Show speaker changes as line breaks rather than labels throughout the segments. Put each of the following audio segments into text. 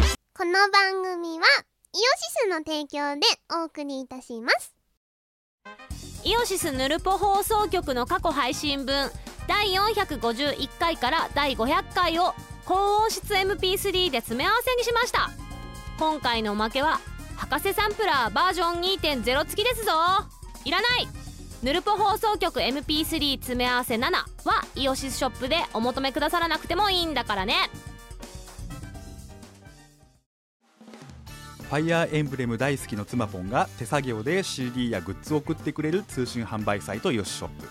の番組はイオシスの提供でお送りいたします
イオシスヌルポ放送局の過去配信分第451回から第500回を高音質 MP3 で詰め合わせにしました今回のおまけは博士サンプラーバージョン2.0付きですぞいらないヌルポ放送局 MP3 詰め合わせ7はイオシスショップでお求めくださらなくてもいいんだからね
ファイアーエンブレム大好きの妻ポンが手作業で CD やグッズを送ってくれる通信販売サイトヨシショップ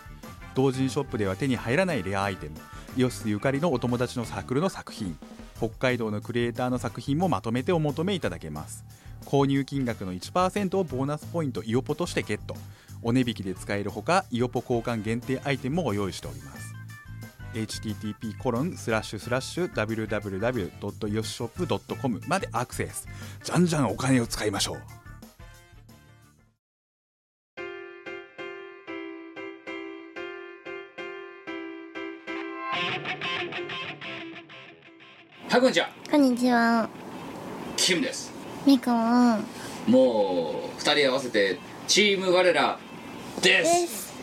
同人ショップでは手に入らないレアアイテムヨシスゆかりのお友達のサークルの作品北海道のクリエイターの作品もまとめてお求めいただけます購入金額の1%をボーナスポイントイオポとしてゲットお値引きで使えるほかイオポ交換限定アイテムもご用意しております http コロンスラッシュスラッシュ www.yoshop.com までアクセスじゃんじゃんお金を使いましょう
はいこんにちは
こんにちは
キムです
みこん
もう二人合わせてチーム我らです
す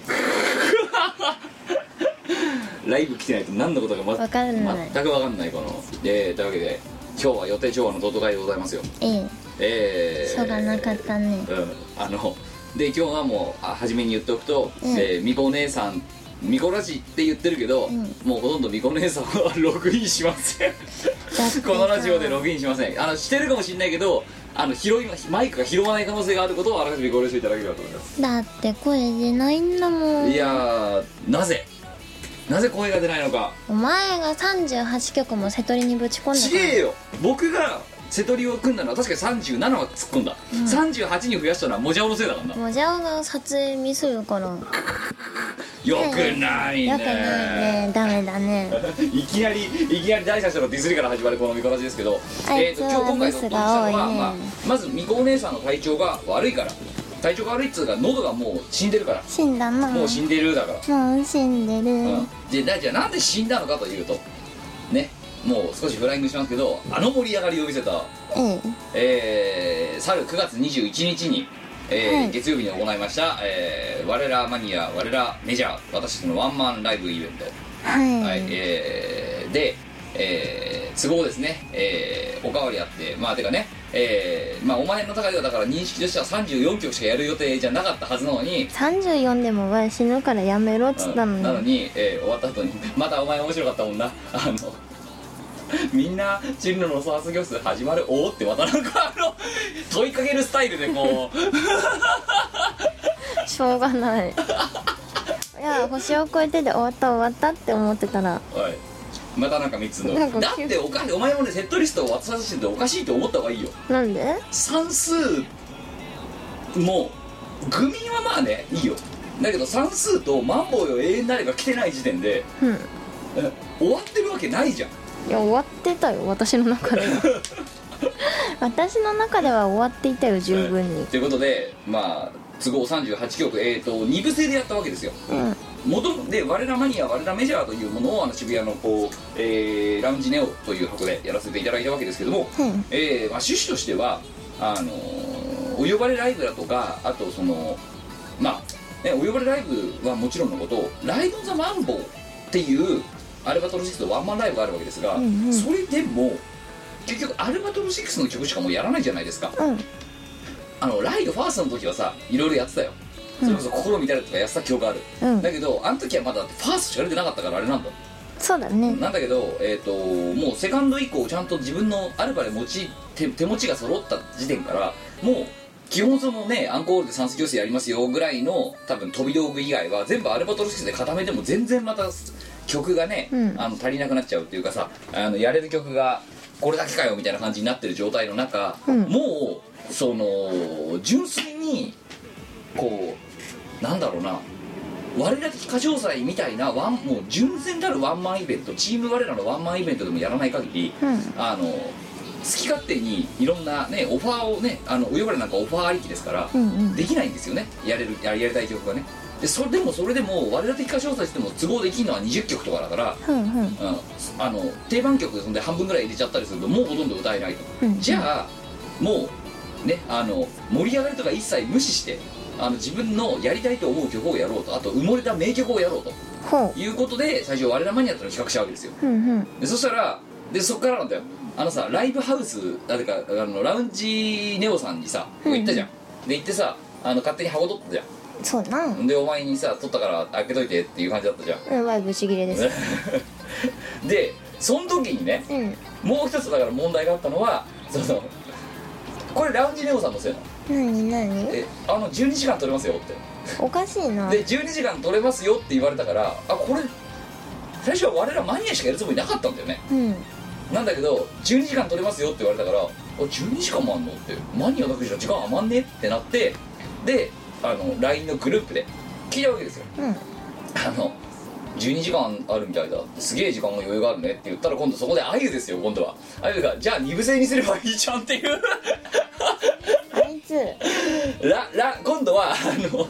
ライブ来てないと何のことか、ま、
わからない
全く分かんないこのえー、というわけで今日は予定調和の同窓会でございますよ
ええ
えー、
そうだなかったね
うんあので今日はもうあ初めに言っておくと、
うん
えーみこ姉さんみこラジって言ってるけど、
うん
もうほとんどみこ姉さんは ログインしません
だってさ
このラジオでログインしませんあのしてるかもしれないけどあの拾いまマイクが拾わない可能性があることをあらかじめご了承いただければと思います、
だって声出ないんだもん
いやーなぜなぜ声が出ないのか
お前が38曲も瀬戸りにぶち込ん
ち
だから
げえよ僕が瀬戸りを組んだのは確かに37は突っ込んだ、38に増やしたのはもじゃおのせいだからな、
もじゃおが撮影ミスるからよ
よくないね
くないねダメだね
いきなりいきなり第三者のディスりから始まるこのミコラジですけど、
あ
ー
いつ
と
は
今日今回の
ミスが多い
ト
ね
ンチさんは、まあ、まずミコお姉さんの体調が悪いから体調が悪いっつうか喉がもう死んでるから、
死んだな
もう死んでるだから、
もう死んでる、
うんでだじゃあなんで死んだのかというとねもう少しフライングしますけどあの盛り上がりを見せた
ええ
えー、去る9月21日に、えー
はい
月曜日に行いました、えー我らマニア我らメジャー私たちのワンマンライブイベント、
はい、
はいえーで、えー都合ですね、えーおかわりあってまあてかねえーまあ、お前の中ではだから認識としては34曲しかやる予定じゃなかったはずなのに
34でもお前死ぬからやめろっつったのに
なのに、えー終わった後に 「またお前面白かったもんな」あの みんな「進路の創発教室始まるお」ってまたなんかあの問いかけるスタイルでこう
しょうがないいや星を越えてで終わった終わったって思ってたら
はいまたなんか3つの
なんか
だっておかしいお前もねセットリストを渡させてておかしいと思った方がいいよ
なんで
算数もグミはまあねいいよだけど算数とマンボウよ永遠なれが来てない時点で
うん
え終わってるわけないじゃん
いや終わってたよ私の中 では私の中では終わっていたよ十分に、
ということでまあ都合38曲えっ、と2部制でやったわけですよ
うん
元々で我らマニア我らメジャーというものをあの渋谷のこう、えーラウンジネオという箱でやらせていただいたわけですけども、
うん
えーまあ、趣旨としてはあのーお呼ばれライブだとかあとそのまあ、ね、お呼ばれライブはもちろんのことライド・ザ・マンボウっていうアルバトロシックスとワンマンライブがあるわけですが、
うんうん
それでも結局アルバトロシックスの曲しかもうやらないじゃないですか
うん
あのライドファーストの時はさいろいろやってたよそれこそ心乱れるとかやってた記憶がある、
うん
だけどあの時はまだだってファーストしか出てなかったからあれなんだ
そうだね
なんだけど、えー、ともうセカンド以降ちゃんと自分のアルバで持ち手手持ちが揃った時点からもう基本そのねアンコールで算数教室やりますよぐらいの多分飛び道具以外は全部アルバトロシスで固めても全然また曲がね、
うん
あの足りなくなっちゃうっていうかさあのやれる曲がこれだけかよみたいな感じになってる状態の中、
うん
もうその純粋にこうなんだろうな我ら的歌唱祭みたいなワンもう純然たるワンマンイベントチーム我らのワンマンイベントでもやらない限り、
うん
あの好き勝手にいろんなねオファーをねあのお呼ばれなんかオファーありきですから、
うんうん
できないんですよねやれるややりたい曲がねでそれでもそれでも我ら的歌唱祭しても都合できるのは20曲とかだから、
うんうん
うん、あの定番曲でそんで半分ぐらい入れちゃったりするともうほとんど歌えないと、
うん
じゃあもうねあの盛り上がりとか一切無視してあの自分のやりたいと思う曲をやろうとあと埋もれた名曲をやろうと
ほ
いうことで最初我らマニアとの比較したわけですよ
ううんうん
でそしたらでそっからなんだよあのさライブハウスあてかあのラウンジネオさんにさ
うん
行ったじゃん、で行ってさあの勝手に箱取ったじ
そうな
ゃんでお前にさ取ったから開けといてっていう感じだったじゃん
うんわいぶち切れです
でその時にね
うん
もう一つだから問題があったのはそのこれラウンジネオさんのせいなの
何何
えあの12時間取れますよって
おかしいな
で12時間取れますよって言われたからあこれ最初は我らマニアしかやるつもりなかったんだよね
うん
なんだけど12時間取れますよって言われたからあ12時間もあんのってマニアだけじゃ時間余んねってなってであの LINE のグループで聞いたわけですよ
うん
あの12時間あるみたいだすげえ時間の余裕があるねって言ったら今度そこであゆですよ今度はあゆがじゃあ二部制にすればいいじゃんっていう
あいつ
らら今度はあの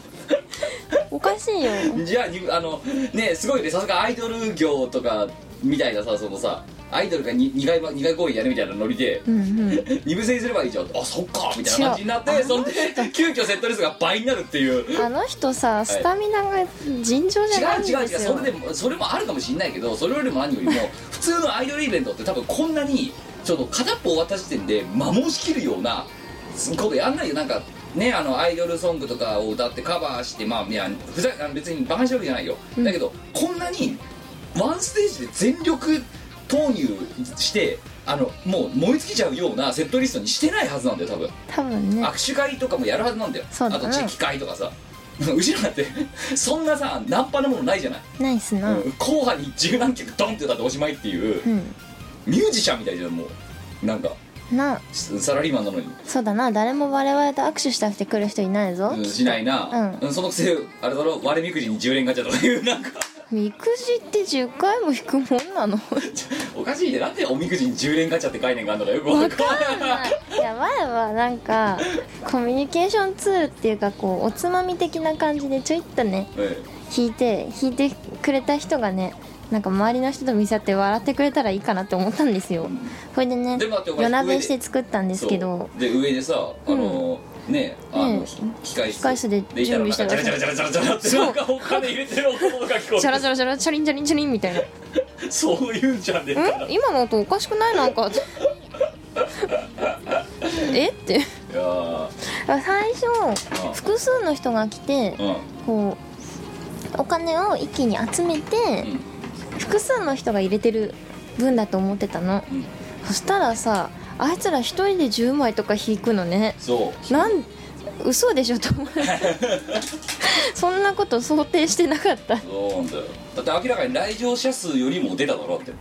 おかしいよ
じゃあにあのねすごいねさすがアイドル業とかみたいなさそのさアイドルが 2, 回ま二回公演やるみたいなノリで
うんうん
二部制にすればいいじゃんあそっかみたいな感じになってそんで急遽セットリストが倍になるっていう違う
あの人さスタミナが尋常じゃないん
違う違う
ですよ
それでもそれもあるかもしれないけどそれよりも何よりも普通のアイドルイベントって多分こんなにちょっと片っぽ終わった時点で摩耗しきるようなことやんないよなんかねあのアイドルソングとかを歌ってカバーしてまあいやふざあの別にバカにしてるわけじゃないよ、だけどこんなにワンステージで全力投入してあのもう燃え尽きちゃうようなセットリストにしてないはずなんだよ多分
多分ね
握手会とかもやるはずなんだよ
そうだ
あ
ね
とチェキ会とかさ うちらだって そんなさナンパなものないじゃない、
ないっすな
うん後派に十何曲ドンって歌っておしまいっていう
うん
ミュージシャンみたいじゃんもうなんか
な
サラリーマンなのに、
そうだな誰も我々と握手したくて来る人いないぞ
うんしないな、
う
うんそのくせあれだろ割れみくじに10連ガチャとかいうなんか
みくじって10回も引くもんなの
おかしいねなんでおみくじに10連ガチャって概念があるのかよくわかんない
い や前はなんかコミュニケーションツールっていうかこうおつまみ的な感じでちょいっとね
うん
引いて引いてくれた人がねなんか周りの人と見せ合って笑ってくれたらいいかなって思ったんですよこれでね
でもだってお前
夜な
上
べ
で
して作ったんですけど
そうで上でさあの、ねあの、
ね
機械室
機械室で
いたらなんか
準備して
チャラチャラチャラチャラチャラって
そう
なんかお金入れてる音が聞こ
チャラチャラチャラチャリンチャリンチャリンみたいな
えるそういうんじゃねえから
ん今の音おかしくないなんか えっ
い
て
やー
最初
ん
複数の人が来て
うん
こうお金を一気に集めて複数の人が入れてる分だと思ってたの
うんうん
そしたらさあいつら一人で10枚とか引くのね
そう
なん嘘でしょと 思ってそんなこと想定してなかった
そうなんだよだって明らかに来場者数よりも出ただろだって、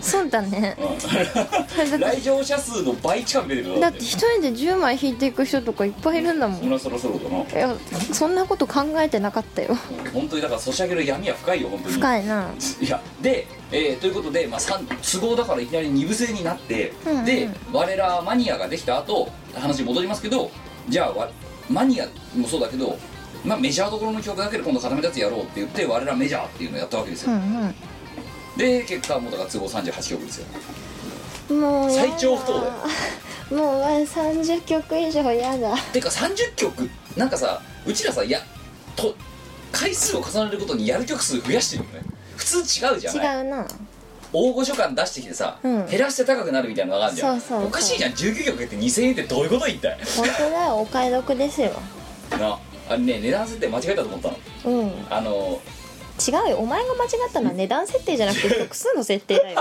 そうだね
うん、来場者数の倍近く出てるだろ
だ
だ
っ
ってて
一人で10枚引いていく人とかいっぱいいるんだもん
そりゃそろそろだなも
いやそんなこと考えてなかったよ
う本当にだからソシャゲの闇は深いよ本当に
深いない
やで、えーということで、まあ、さん都合だからいきなり二部制になって、
うんうん
で我らマニアができた後話戻りますけどじゃあわマニアもそうだけど、まあ、メジャーどころの曲だけで今度固めたやつやろうって言って我らメジャーっていうのをやったわけです
う
よ、
ん
で結果もうだから都合38曲ですよ
うんもうやだ
最長不倒だよ
もうわ30曲以上やだ
てか30曲なんかさうちらさやと回数を重ねることにやる曲数増やしてるよね普通違うじゃない
違うな
大御所感出してきてさ、
うん
減らして高くなるみたいなのがあるじゃん
そうそうそう
おかしいじゃん19曲って2000円ってどういうこと一体
本当だよお買い得ですよ
なあれね値段設定間違えたと思ったの
うん違
あの
うよお前が間違ったのは値段設定じゃなくて曲数の設定 だよ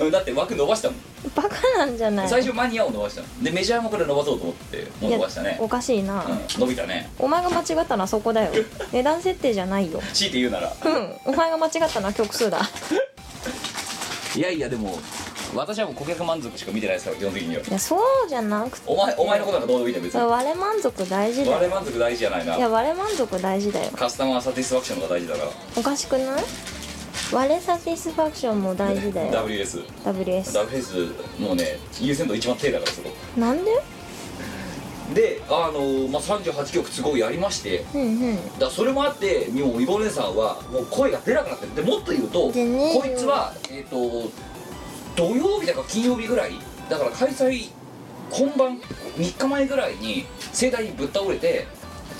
うんだって枠伸ばしたもん、
バカなんじゃない
最初マニアを伸ばしたのでメジャーもこれ伸ばそうと思ってもう伸ばした
い
ね
やおかしいな、
うん伸びたね
お前が間違ったのはそこだよ値段設定じゃないよ
強いて言うなら
うんお前が間違ったのは曲数だ
いやいやでも私はもう顧客満足しか見てないですから基本的にはい
やそうじゃなくて
お前お前のことなんかどうでもいいんだよ別
それ
に
我満足大事だ
我
よ
満足大事じゃない
い
な
や我満足大事だよ
カスタマーサティスファクションが大事だから
おかしくない我サティスファクションも大事だよ
WS
WS
WS もうね優先度一番低いだからそこ
なんで
であの、まあ、38曲都合やりまして
うんうん
だからそれもあってもうイボネさんはもう声が出なくなってるでもっと言うとこ
出ねえよ
いつはえっ、と土曜日だか金曜日ぐらいだから開催本番3日前ぐらいに盛大にぶっ倒れて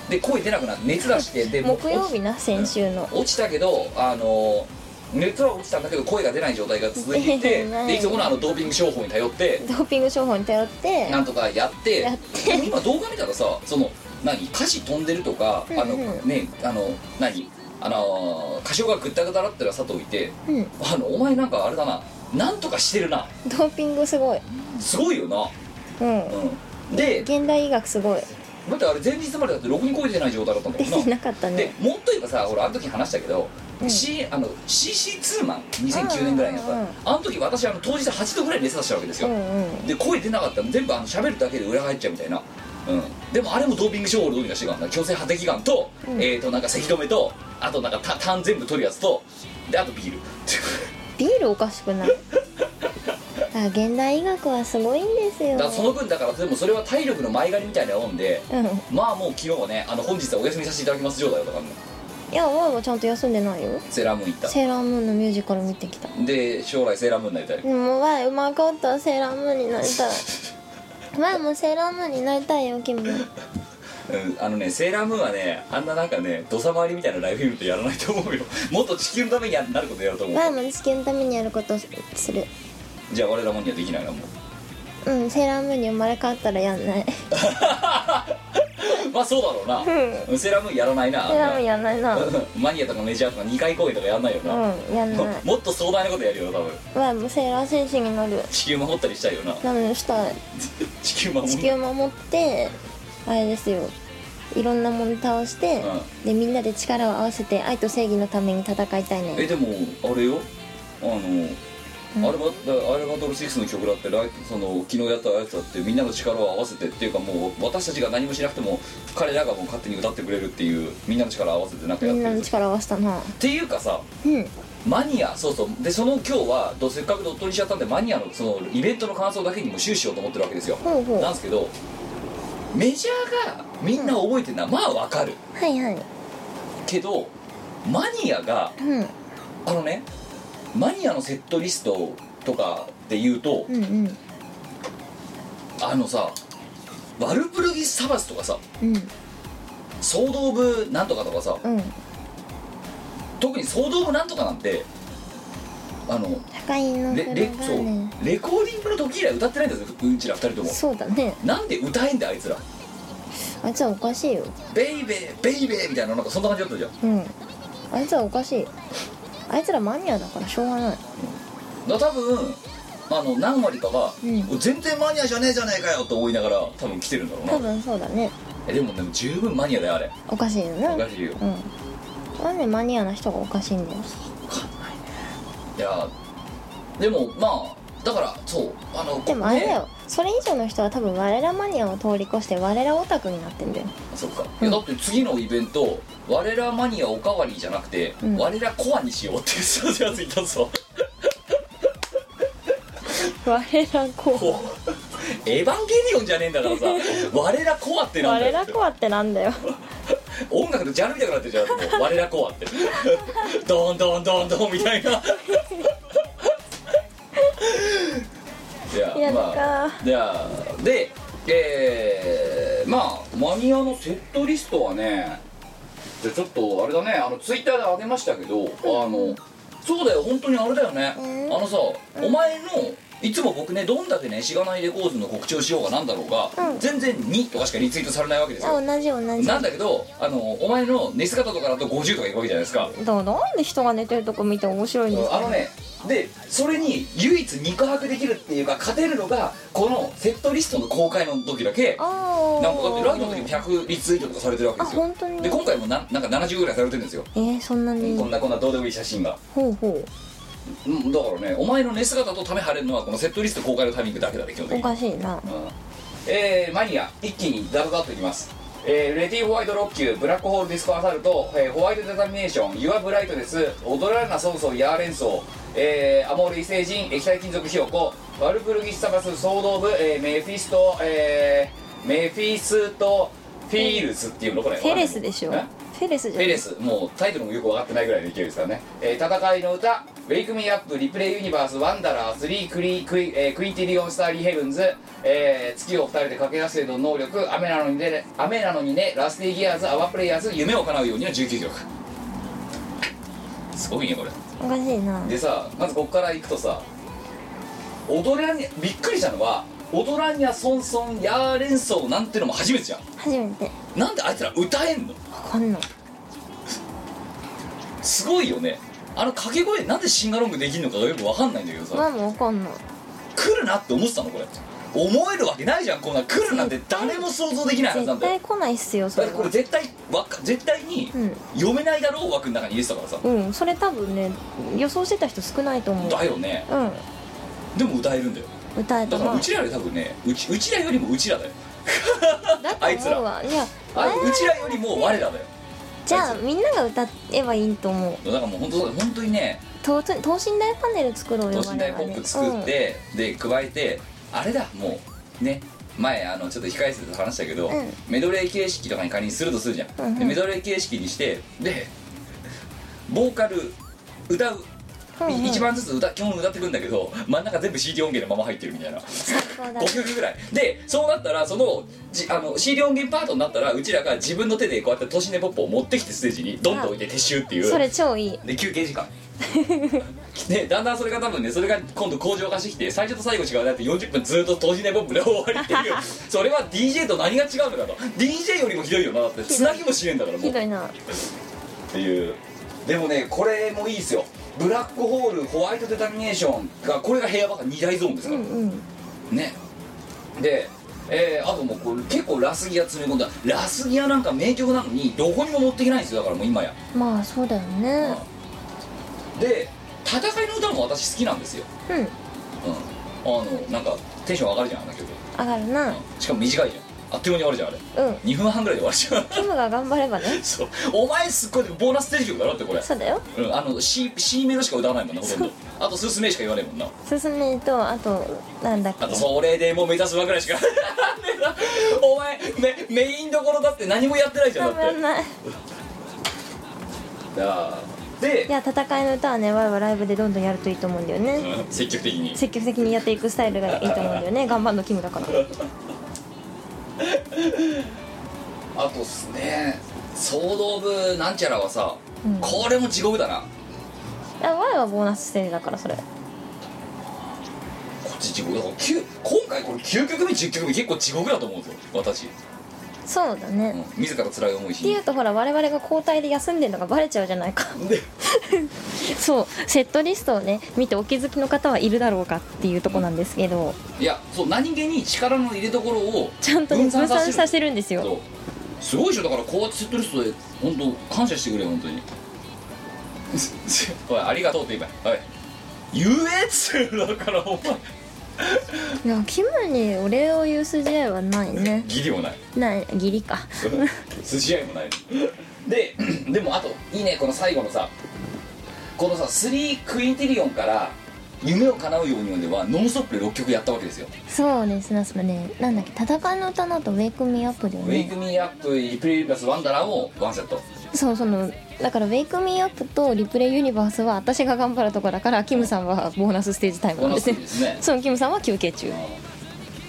で声出なくなって熱出してでもう
木曜日な先週の
落ちたけどあの熱は落ちたんだけど声が出ない状態が続いていて
ない
でいつものあのドーピング商法に頼って
ドーピング商法に頼って
なんとかやって
やって
でも今動画見たらさその何歌詞飛んでるとかあの
うんうん
ねあの何あの歌唱がぐったぐただったら佐藤いて
うん
あのお前なんかあれだななんとかしてるな
ドーピングすごい
すごいよな
うん
うんで
現代医学すごい
だってあれ前日までだってろくに声出てない状態だったんだ
出
もんな
てなかった
で
ね
もっと言えばさ俺あの時話したけど、
うん
C あの CC2 マン2009年ぐらいにやった、
うんうんうん
あの時私あの当日8度ぐらい熱出したわけですよ、
うんうん
で声出なかったの全部あの喋るだけで裏返っちゃうみたいな、うん、でもあれもドーピング症法でどうにかしていかんな強制破適眼と、
うん
えっ、となんか咳止めとあとなんかた痰全部取るやつとであとビール
ビールおかしくない だから現代医学はすごいんですよ
だからその分だからでもそれは体力の前借りみたいなもんで
うん
まあもう昨日はねあの本日はお休みさせていただきます状態だからね
いやワーはちゃんと休んでないよ
セーラームーン行った
セーラームーンのミュージカル見てきた
で将来セーラームーンになりたい
でもワイうまかったセーラームーンになり たいワイもセーラームーンになりたいよ君
うんあのねセーラームーンはねあんななんかね土佐回りみたいなライフイベントやらないと思うよもっと地球のためにやなることやると思う
ワイも地球のためにやることをする
じゃあ我らもにはできないなもう
うんセーラームーンに生まれ変わったらやんない
まあそうだろうな、
う
セーラームーンやらないな
セーラームーンやんないなう
マニアとかメジャーとか2回公演とかやんないよな、
んやん
も
ない
もっと壮大なことやるよ多分
ワイもセーラー戦士になる
地球守ったりしたいよな
なのにしたい
地球守
地
る
球を守ってあれですよいろんなもの倒して、
う
でみんなで力を合わせて愛と正義のために戦いたい
え
ね
でもあれよあの、アルバだアルバトル6の曲だってライその昨日やったやつだってみんなの力を合わせてっていうかもう私たちが何もしなくても彼らがもう勝手に歌ってくれるっていうみんなの力を合わせてなんか
み
やって
んな
る
の
っ
力を合わせたな
ていうかさ
うん
マニアそうそうでその今日はどせっかく鳥取にしちゃったんでマニアのそのイベントの感想だけにも終始しようと思ってるわけですよ
ほうほう
なんですけどメジャーがみんな覚えてるのはまあわかる
はいはい
けどマニアが
うん
あのねマニアのセットリストとかで言うと、
うんうん
あのさワルプルギス・サバスとかさ
うん
総動部なんとかとかさ
うん
特に総動部なんとかなんてあの
高いの
レレ
風
そ
呂がね
うレコーディングの時以来歌ってないんだぜうんちら二人とも
そうだね
なんで歌えんだよあいつら
あいつはおかしいよ
ベイベーベイベーみたいななんかそんな感じだったじゃん
うんあいつはおかしいあいつらマニアだからしょうがない
だから多分あの何割かが、
う
全然マニアじゃねえじゃねえかよと思いながら多分来てるんだろうな
多分そうだね
えでもでも十分マニアだよあれ
おかしいよね
おかしいよ
うんなんでマニアな人がおかしいんだよ
いやでもまあだからそうあの
でもあれだ
ね
よそれ以上の人は多分我らマニアを通り越して我らオタクになってんだよ
そっか、いやだって次のイベント我らマニアおかわりじゃなくて、
うん
我らコアにしようっていうやついたぞ
我らこ
こうエヴァンゲリオンじゃねえんだ からさ我らコアって
う
なんだ
我
よ
らコアってなんだよ
音楽のジャンルみたくなってるじゃんもう我らコ アってドンドンドンドンみたいないや
やるか
まあじゃあでえー、まあマニアのセットリストはねじゃあちょっとあれだねあのツイッターで上げましたけどあのそうだよ本当にあれだよね、
うん
あのさ、お前のいつも僕ねどんだけねしがないレコーズの告知をしようがなんだろうが、
うん
全然2とかしかリツイートされないわけですよ
あ同じ同じ
なんだけどあのお前の寝姿とかだと50とかいくわけじゃないですか、
だからなんで人が寝てるとこ見て面白いんです
あ
か
のねでそれに唯一肉薄できるっていうか勝てるのがこのセットリストの公開の時だけ
あ
なんかだってライブの時も
ー
100リツイートとかされてるわけ
あ
ですよ
本当に
で今回もななんか70ぐらいされてるんですよ、
えー、そんな
こん
に
なこんなどうでもいい写真が、
ほうほ
うん、だからねお前の寝姿とため晴れるのはこのセットリスト公開のタイミングだけだね基本
う
的
お
に
かしいな
うんえーマニア一気にダブルカットいきます、えーレディーホワイトロッキューブラックホールディスコアサルト、えーホワイトデタミネーションユアブライトネス踊られなソンソンヤーレンソー、えーアモール異星人液体金属ひよこワルプルギスタバス総動部、えーメフィスト、えーメフィストフィールズっていうのこれ
フェレスでしょ
え
フフェレスじゃ
ペ
ん
レスもうタイトルもよく分かってないぐらいの勢いですからね、えー戦いの歌「ウェイク・ミー・アップ」「リプレイ・ユニバース」「ワンダラー」「スリー・クリクイ、えークインティ・リオン・スター・リー・ヘブンズ」えー月を二人で駆け出せる能力雨なのにね」雨なのにね「ラスティ・ギアーズ」「アワー・プレイヤーズ」「夢を叶うように」の19曲すごいねこれ
おかしいな
でさまずこっから行くとさ踊らにびっくりしたのは「踊らにゃソンソンやーれんそう」なんてのも初めてじゃん
初めて
なんであいつら歌えんの
わかんない
すごいよねあの掛け声なんでシンガロングできるのかがよくわかんないんだけどさ、
ママわかんない
来るなって思ってたのこれ思えるわけないじゃんこんなん来るなんて誰も想像できないはずなん
絶
だよ
対来ないっすよそ
だっ
れ
てこれ
は
絶対わか絶対に
うん
読めないだろう枠の中に入れてたからさ、
うんそれ多分ね予想してた人少ないと思う
だよね
う
でも歌えるんだよ
ん歌え
だ
た
から
な
うちらより多分ねうちうちらよりもうちらだよ
だと
あいつ
思うわいや
あうちらよりも我らだよ
じゃ
あ
あ
い
みんなが歌えばいいと思う
だからもう本当本当にね
等身等身大パネル作ろう
等
よ
身大ポップ作っ、て、で加えてあれだもうね前あのちょっと控え室で話したけど、
うん
メドレー形式とかに仮にするとするじゃん、
うんうん
でメドレー形式にしてでボーカル歌う、
我々はねうんうん
一番ずつ歌基本歌ってくんだけど真ん中全部 CD 音源のまま入ってるみたいな
最高だ
5曲ぐらいでそうなったらそのじあの CD 音源パートになったらうちらが自分の手でこうやって都心でポップを持ってきてステージにドンと置いて撤収っていう
それ超いい
で休憩時間 ねだんだんそれが多分ねそれが今度向上化してきて最初と最後違うなって40分ずっと投資ねボンプで終わりっていう それは DJ と何が違うのかと DJ よりもひどいよなだってつなぎもしねえんだからもう
ひど
っ
いな
ていうでもねこれもいいですよブラックホールホワイトデタミネーションがこれが部屋ばっか2大ゾーンです
う
か
ん
ら、
うん
ねでえーあともうこれ結構ラスギア詰め込んだラスギアなんか名曲なのにどこにも持っていけないんですよだからもう今や
まあそうだよね
で戦いの歌も私好きなんですよ、
うん
うん、あのなんかテンション上がるじゃんあの曲、
上がるな
しかも短いじゃんあっという間に終わるじゃんあれ
うん
2分半ぐらいで終わるじ
キムが頑張れば
ゃ
ね
ん そうお前すっごいボーナス定曲だろってこれ
そうだよ
うん、あの C, C メロしか歌わないもんなほとんどあと「すすめ」しか言わないもんな
進めとあとなんだっけ
あと「それでも目指すわ」ぐらいしか ねえなお前メメインどころだって何もやってないじゃん
頑
だっ
張
て
んない
だで
いや戦いの歌はねわいはライブでどんどんやるといいと思うんだよね、
うん積極的に
積極的にやっていくスタイルがいいと思うんだよね頑張るのキムだから
あとっすね総動部なんちゃらはさ、
うん
これも地獄だな
あワイはボーナスステージだからそれ
こっち地獄だからきゅ今回これ9曲目10曲目結構地獄だと思うんですよ私、
そうだね、
う
っ
ん、自ら辛い思いして
いうとほら我々が交代で休んでるのがバレちゃうじゃないか
で
そうセットリストをね見てお気づきの方はいるだろうかっていうとこなんですけど
いやそう何気に力の入れ所を
ちゃんとね
分
分
散させ
散
る
させるんですよ
そうすごいでしょだからこうやってセットリストで本当感謝してくれよ本当に おいありがとうって言えばいはい優越だからお前
いやキムにお礼を言う筋合いはないね
ギリもない
ない義理か
筋合いもないで でもあといいねこの最後のさこのさ3クインテリオンから「夢を叶うように」まではノンストップで6曲やったわけですよ「
そうですねそのねなんだっけ戦いの歌の後ウェイクミーアップだよ
ウェイ
ね
ク・ミー・アップ」「リプレイ・プラス・ワンダラー」をワンセット
そうそのだからウェイクミーアップとリプレイユニバースは私が頑張るとこだからキムさんはボーナスステージタイム
こ
なん
のス
ですね
ですね
そうキムさんは休憩中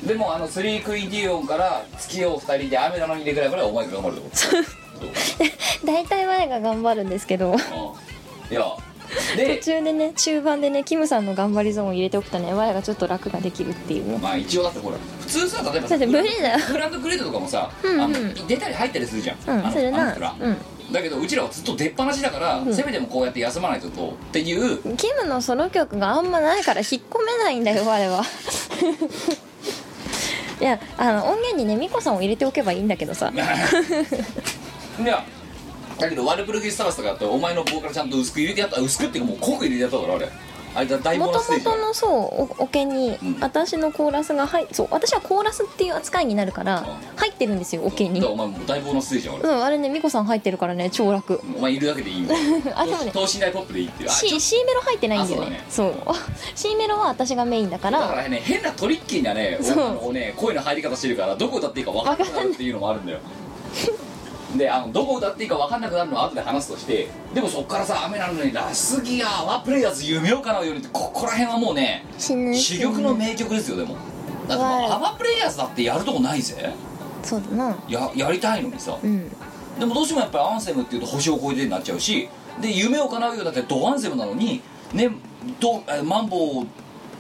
でもあの3クインテリオンから「月を二人で雨なのに」でぐらいまでお前が頑張るってこ と
大体我が頑張るんですけど
うんいや
途
で
中でね中盤でねキムさんの頑張りゾーンを入れておくとね我がちょっと楽ができるっていうね
まあ一応だってほら普通さ例えば
だ
さ
って無理だよ
グランドクレートとかもさ
うんうん
あの出たり入ったりするじゃん、
う
あ
ん
の
する
あの人ら
なう
だけどうちらはずっと出っ放しだから、
うん
せめてもこうやって休まないととっていうん
キムのソロ曲があんまないから引っ込めないんだよ我 はいやあの音源にねミコさんを入れておけばいいんだけどさ
いやだけどワルプルギスタバスとかってお前のボーカルちゃんと薄く入れてやった薄くっていうかもう濃く入れてやったからあれあれだ大ボ
も
ーナ
と
スステージ
も
だ
とのそうおおけに、
うん
私のコーラスが入そう私はコーラスっていう扱いになるから入ってるんですよおけに
だからお前もう大ボーナスステージだよあ
う
れ、
んあれね美子さん入ってるからね超楽
お前いるだけでいいんだ
あでもね
等身大ポップでいいっていうあ
C, C メロ入ってないんだよね
あ
そう C メロは私がメインだか
だかららね変なトリッキーなね
そう
あのね声の入り方してるからどこ歌っていいか分かんなくなるっていうのもあるんだよであのどこ歌っていいか分かんなくなるのは後で話すとしてでもそっからさ雨なのに「ラスギアはプレイヤーズ夢を叶うように」ってここら辺はもうね
死ぬ
珠玉の名曲ですよでもだって
わ
もう
あ
アバプレイヤーズだってやるとこないぜ
そうだな
ややりたいのにさ
うん
でもどうしてもやっぱりアンセムっていうと星を超えてになっちゃうしで夢を叶うようだってドアンセムなのにねどえマンボ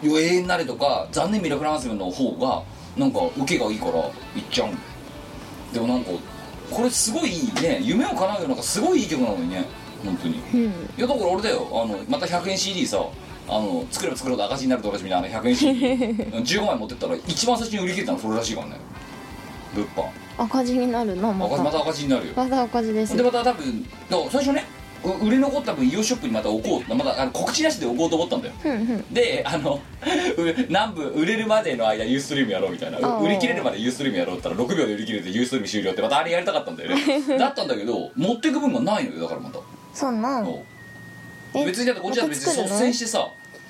ウよ永遠なれとか残念ミラクルアンセムの方がなんか受けがいいからいっちゃうんでもなんかこれすごいいいね夢を叶うようなんかすごいいい曲なのにね本当にい
うん
やだから俺だよあのまた100円 CD さあの作れば作るほど赤字になるとおなじみのあの100円 CD15 枚持ってったら一番最初に売り切れたのそれらしいからね物販
赤字になるなま
赤
た
字また赤字になるよ
また赤字です
で
よ
また多分だから最初ねう売れ残った分イオショップにまた置こうまたあの告知なしで置こうと思ったんだよ
うんうん
であのう何部売れるまでの間ユーストリームやろうみたいな
ああ
う売り切れるまでユーストリームやろうって言ったら6秒で売り切れてユーストリーム終了ってまたあれやりたかったんだよ ねだったんだけど持ってく分がないのよだからまた、
そうな
そう
え
別にだってこっちだって別に
また作るの
率先してさ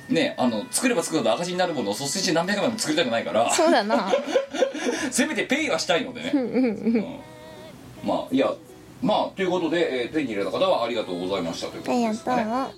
ねあの作れば作るほど赤字になるものを率先して何百枚も作りたくないから
そう だな
せめてペイはしたいのでね、
うんうんうん
うんまあいやまあということで、えー手に入れた方はありがとうございましたということ
ありが
で
と
すかね
うな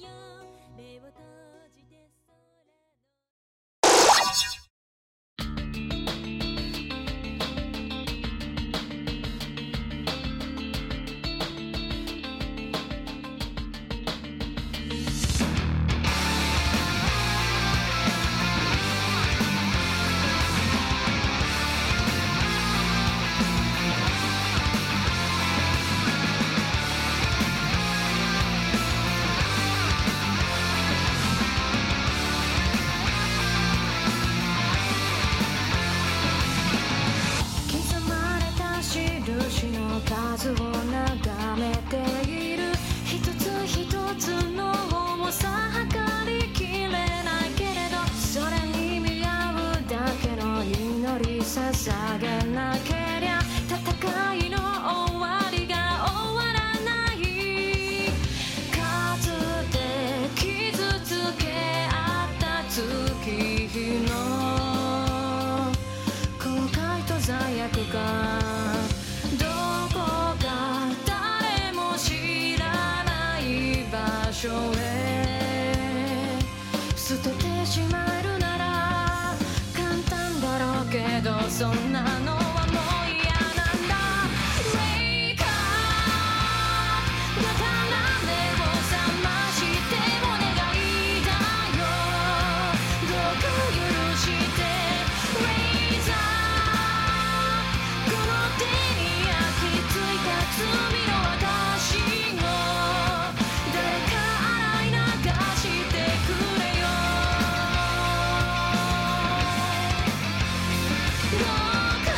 刻まれた印の数を眺めている一つ一つの重さ測りきれないけれどそれに見合うだけの祈り捧げなけりゃ戦いの終わりが終わらない数で傷つけ合った月日の後悔と罪悪感どこか誰も知らない場所へ捨ててしまえるなら簡単だろうけどそんなのはもう嫌なんだ Wake up だから目を覚ましてお願いだよどうか許して Raise up この手に焼き付いた罪の私を誰か洗い流してくれよどうか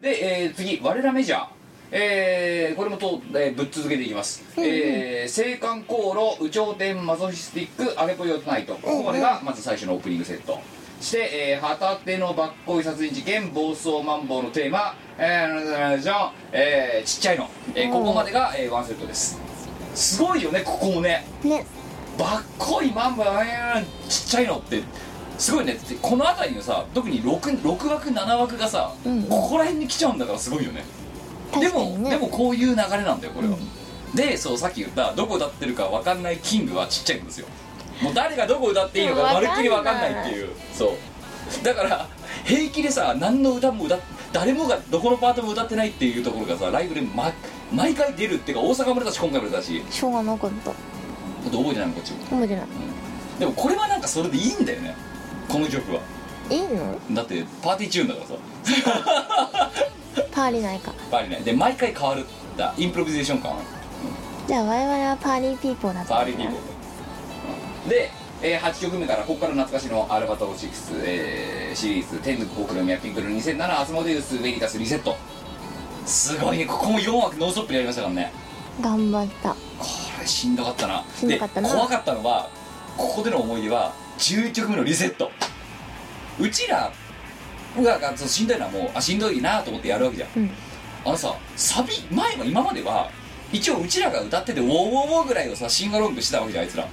で、えー次我らメジャーえーこれもと、えーぶっ続けていきます、えー青函航路有頂天マゾヒスティックアゲポヨトナイトここまでがまず最初のオープニングセットして、えー、旗手のバッコイ殺人事件暴走マンボウのテーマ「えー、じゃんえーちっちゃいの」えーここまでが、えーワンセットですすごいよねここもね
ね
ばっこいまんまあーちっちゃいのってすごいねってこの辺りのさ特に 6, 6枠7枠がさ、
うん
ここら辺に来ちゃうんだからすごいよねで
確か
も
に
で
ね
もこういう流れなんだよこれは、
う
でそうさっき言ったどこ歌ってるかわかんないキングはちっちゃいんですよもう誰がどこ歌っていいのかまるっきりわかんないっていうそうだから平気でさ何の歌も歌っ誰もがどこのパートも歌ってないっていうところがさライブで、ま、毎回出るっていうか大阪も出たし今回も出たし
しょうがなかった
あと覚えてないもんこっちも
覚えてない
でもこれはなんかそれでいいんだよねこの曲はい
いの
だってパーティーチューンだからさ
パーリないか
パーリーねで毎回変わるだインプロビゼーション感ある
じゃあ我々はパーリーピーポーだった
パーリーピーポーで、えー8曲目からここから懐かしのアルバトロ6、えーシリーズ「天国コクルミヤピンクル2007アスモデウスベリタスリセット」すごいねここも4枠ノンストップでやりましたからね
頑張った
これしんどかったな
しんどかったな
で怖かったのはここでの思い出は11曲目のリセットうちらうわがそうしんどいのはもうあしんどいなと思ってやるわけじゃん
うん
あのさサビ前は今までは一応うちらが歌ってて「ウォーウォーウォー」ぐらいをさシンガロングしてたわけじゃんあいつら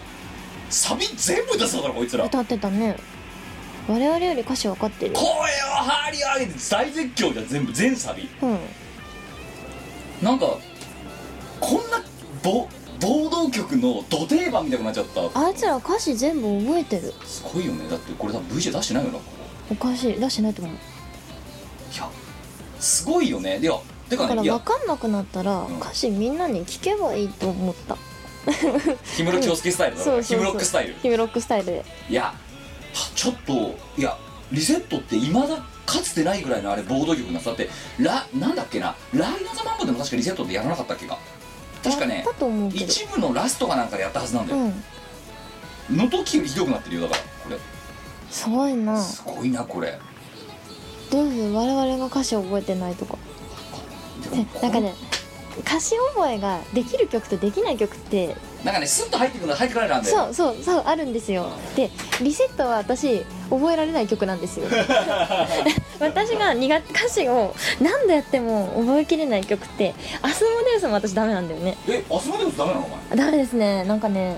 サビ全部出そうだろこいつら
歌ってたね我々より歌詞分かってる
声を張り上げて大絶叫じゃん全部全サビ
うん
なんかこんなぼ暴動曲のど定番みたいになっちゃった
あいつら歌詞全部覚えてる
すごいよねだってこれ多分 VJ 出してないよなここ
おかしい出してないと思う
いやすごいよねいやて
だ
かね
から
い
分
や
かんなくなったら
ん
歌詞みんなに聞けばいいと思った
氷室京介スタイルだ
そ
ろ
う
ヒ
そうそ
ム
う
ロックスタイル
ヒムロックスタイルで
いやちょっといやリセットっていまだかつてないぐらいのあれ暴動曲になっただってラなんだっけなライナーズマンボでも確かリセットってやらなかったっけか確か
やっ
ね
たと思うけど
一部のラストかなんかでやったはずなんだ
う
よ、
ん
の時よりひどくなってるよだからこれ
すごいな
すごいなこれ
どういう我々が歌詞覚えてないとか
でも
ね
この
なんかね歌詞覚えができる曲とできない曲って
なんかねスッと入ってくるの入ってこないなんだよ
そうそうそうあるんですよでリセットは私覚えられない曲なんです よ私が苦手歌詞を何度やっても覚えきれない曲ってアスモデウスも私ダメなんだよね
えアスマデウスダメなのお前
ダメですねなんかね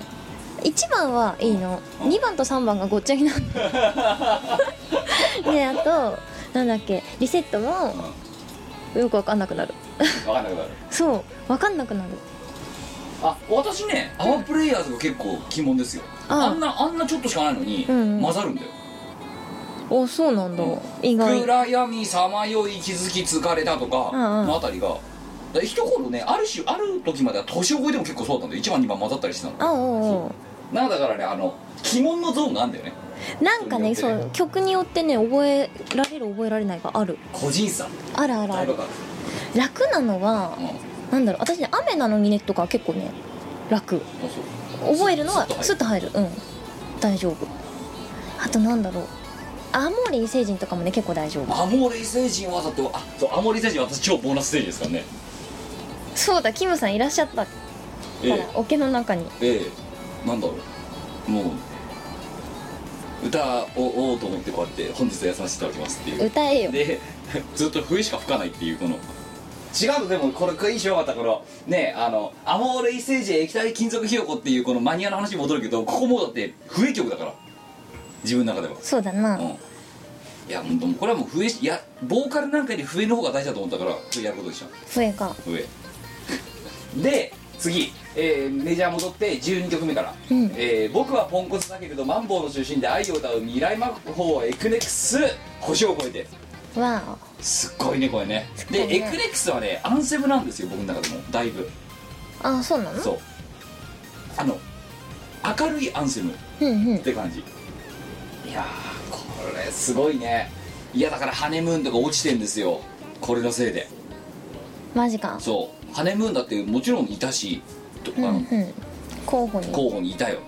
1番はいいの2番と3番がごっちゃになる であとなんだっけリセットもよくわかんなくなる
分かんなくなる
そうわかんなくなる
あ私ねアワープレイヤーズが結構鬼門ですよ
あ
あんなあんなちょっとしかないのに、
うんうん
混ざるんだよ
おそうなんだ、
うん
意外
暗闇さまよい気づき疲れたとか
うんうん
のあたりが、だ一頃ねある種ある時までは年を超えても結構そうだったんだよ1番2番混ざったりしてたの
あおうお
なんかだからねあの鬼門のゾーンがあんだよね
うなんかね
人
そ
によってね
う曲によってね覚えられる覚えられないがある
個人差
あるある
だ
あ
いぶ
る
かか
楽なのは
るうんあ
なんだろう私ね雨なのにねとかは結構ね楽
そう
覚えるのはス
ス
ッ
ッ
と入るうん大丈夫あとなんだろうアーモーリー星人とかもね結構大丈夫
アモーレイ星人はだってあそうアモーレイ星人は私超ボーナスステージですからね
そうだキムさんいらっしゃったか
え
ら桶の中に
えええなんだろうもう歌をおうと思ってこうやって本日はやさせていただきますっていう
歌えよ
でずっと笛しか吹かないっていうこの違うのでもこれクイーンしよかったこのねあのアモーレイセージ液体金属ひよこっていうこのマニアの話に戻るけどここもだって笛曲だから自分の中では
そうだな
うんいやもうこれはもう笛しいやボーカルなんかより笛の方が大事だと思ったから笛やることでした
笛が
笛で次、えーメジャー戻って12曲目から、
うん
えー僕はポンコツだけれどマンボウの中心で愛を歌う未来魔法エクネクス腰を越えて
わ
すっごいねこれね
すっごい
で
ね
エクレックスはねアンセムなんですよ僕の中でもだいぶ
おあそうなの
そうあの明るいアンセムっ
うんうん
て感じいやーこれすごいねいやだからハネムーンとか落ちてんですよこれのせいで
マジか
そうハネムーンだってもちろんいたしとあ
うんう
の
ん候補に
候補にいたよ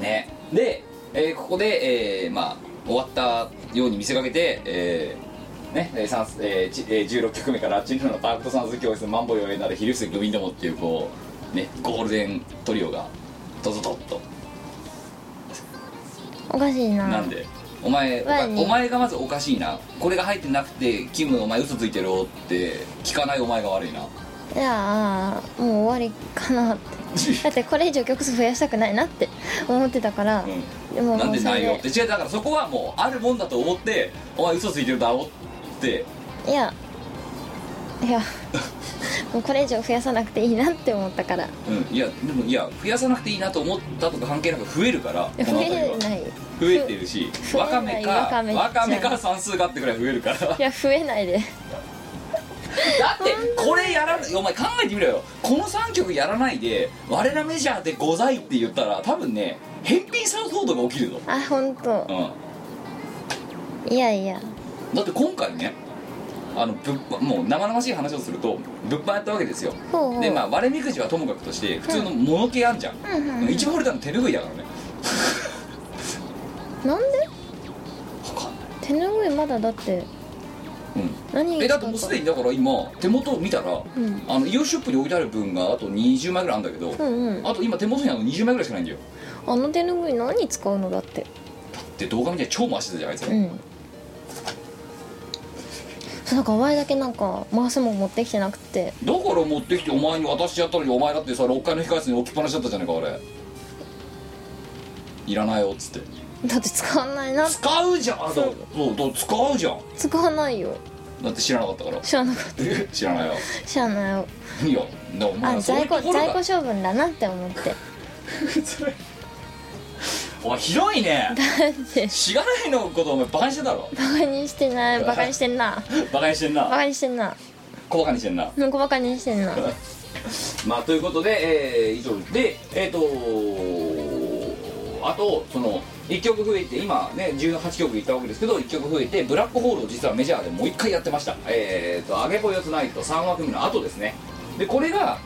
ねで、えーここで、えーまあ終わったように見せかけて、えーねえーさんえーちえー16曲目から「チンルのパークとサンズ教室マンボイをなら昼過ぎグミンども」っていうこうねゴールデントリオがドドドッと、
おかしいな
なんでお前おか
ワニ
お前がまずおかしいなこれが入ってなくて「キムお前嘘ついてろ」って聞かないお前が悪いない
やーもう終わりかなってだってこれ以上曲数増やしたくないなって思ってたから、
うん
でも
なんで
もうそ
ない
れ
よって違うだからそこはもうあるもんだと思ってお前嘘ついてるだろって
いやいや もうこれ以上増やさなくていいなって思ったから
うんいやでもいや増やさなくていいなと思ったとか関係なく増えるからこ
増
の辺り
え
は
ないい
増えてるし
増
わ
えな
か
い
め
わ
か
かめ
わかめか算数かってぐらい増えるからだって
や増えないで
これやらないお前考えてみろよこの3曲やらないで我らメジャーでございって言ったら多分ね返品され騒動が起きるぞ
あ本当
う。ん
いやいや
だって今回ねあのぶっもう生々しい話をすると物販やったわけですよ
ほうほう
でまあ割れみくじはともかくとして普通のモノ系あんじゃん、
うんうんうん
一番売れたの手拭いだからね
なんで
わかんない
手拭いまだだって
うん
何が
えだってもうすでにだから今手元を見たら、
ん
あのイオシショップに置いてある分があと20枚ぐらいあるんだけ
う
ど、
んうん
あと今手元にあるの20枚ぐらいしかないんだよ
あの手拭い何使うのだって
だって動画見て超回してたじゃんあいつら、
うんそうなんかお前だけなんか回すもん持ってきてなくて
だから持ってきてお前に渡してやったのにお前だってさ6階の控室に置きっぱなしだったじゃねえか俺いらないよっつって
だって使わないな
使うじゃんあそうそうだ使うじゃん
使わないよ
だって知らなかったから
知らなかっ
知らないよ
た知らないよ
いやでもお前
あ
はそうい
在
うと
庫
ころ
在庫
が
処分だなって思って
お前ひどいねしがないのことお前バカにしてんだろ
バカにしてないバカにしてんな
バカにしてん
バ
な
カにしてんな
小バカにしてんな
うんこバカにしてんな
まあということで、えー以上でえっ、とあとその1曲増えて今ね18曲いったわけですけど1曲増えてブラックホールを実はメジャーでもう1回やってましたえっ、と「あげぽよつないと」3枠目の後ですねでこれが、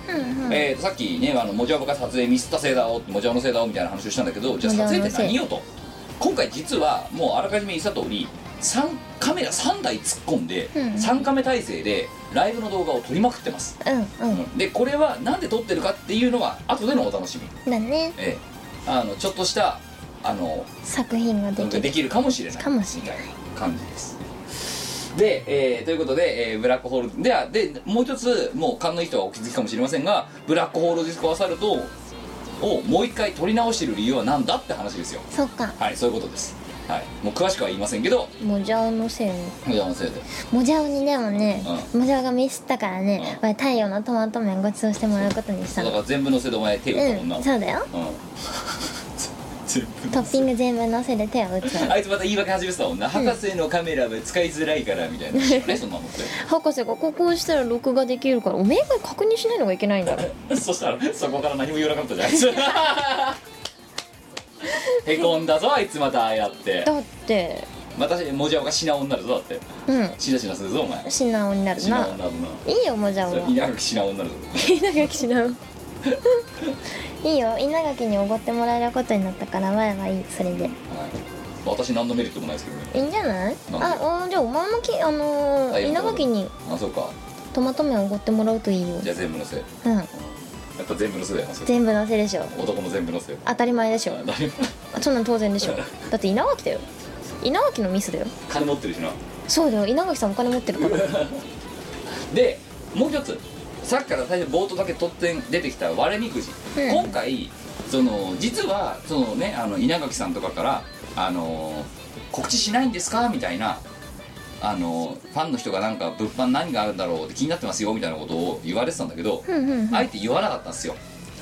えーとさっきねあのモジャボが撮影ミスったせいだおもじゃのせいだおみたいな話をしたんだけどじゃあ撮影って何よと今回実はもうあらかじめ言った通り三カメラ3台突っ込んで、
うん
3カメ体制でライブの動画を撮りまくってます
うんうん
でこれはなんで撮ってるかっていうのは後でのお楽しみ、
だね
ええ、あのちょっとしたあの
作品ができ
で
る
きるかもしれない
かもしれ
みたいな感じですで、えーということで、えーブラックホールではでもう一つもう勘のいい人はお気づきかもしれませんがブラックホールディスコアサルトをもう一回撮り直してる理由は何だって話ですよ
そうか
はいそういうことですはいもう詳しくは言いませんけど
もじゃおのせいに
無駄のせいで
もじゃおにでもね、もじゃおがミスったから
うん
ね、俺太陽のトマト麺ごちそうしてもらうことにした
だか
の
ら全部のせいでお前手打ったも
うん
な、
んそうだよ
うん 全部
トッピング全部乗せで手を打 つ
あいつまた言い訳始めてたもんな博士のカメラは使いづらいからみたいな知 らねそんなのっ
博士がここをしたら録画できるからおめえが確認しないのがいけないんだろ
て そしたらそこから何も言わなかったじゃんあい つへこんだぞあいつまたああやって
だって
またもじゃおが品女になるぞだって
うん
しなしなするぞお前
品直になる
品
な
女だ
いいよもじゃお
な
は
稲垣品女になるぞ
稲垣しなおいいよ稲垣におごってもらえることになったから前はいいそれで
はい私何のメリットもないですけどね
いいんじゃない
なんで
あおじゃあお前もきあの
あ
ー、
いいよ
稲垣に
あそうか
トマト麺おごってもらうといいよ
じゃあ全部のせいや
うん
っぱ全部のせいだよなそれ
全部のせいでしょ
男の全部のせい
当たり前でしょ
あ誰も
そんなん当然で しょだって稲垣だよ稲垣のミスだよ
金持ってるしな
そうだよ稲垣さんお金持ってる から
でもう一つさっきから最初冒頭だけ突然出てきた割れみくじ、
うん
今回その実はそのねあの稲垣さんとかからあの告知しないんですかみたいなあのファンの人がなんか物販何があるんだろうって気になってますよみたいなことを言われてたんだけど、
うんうんうん
あえて言わなかったんですよ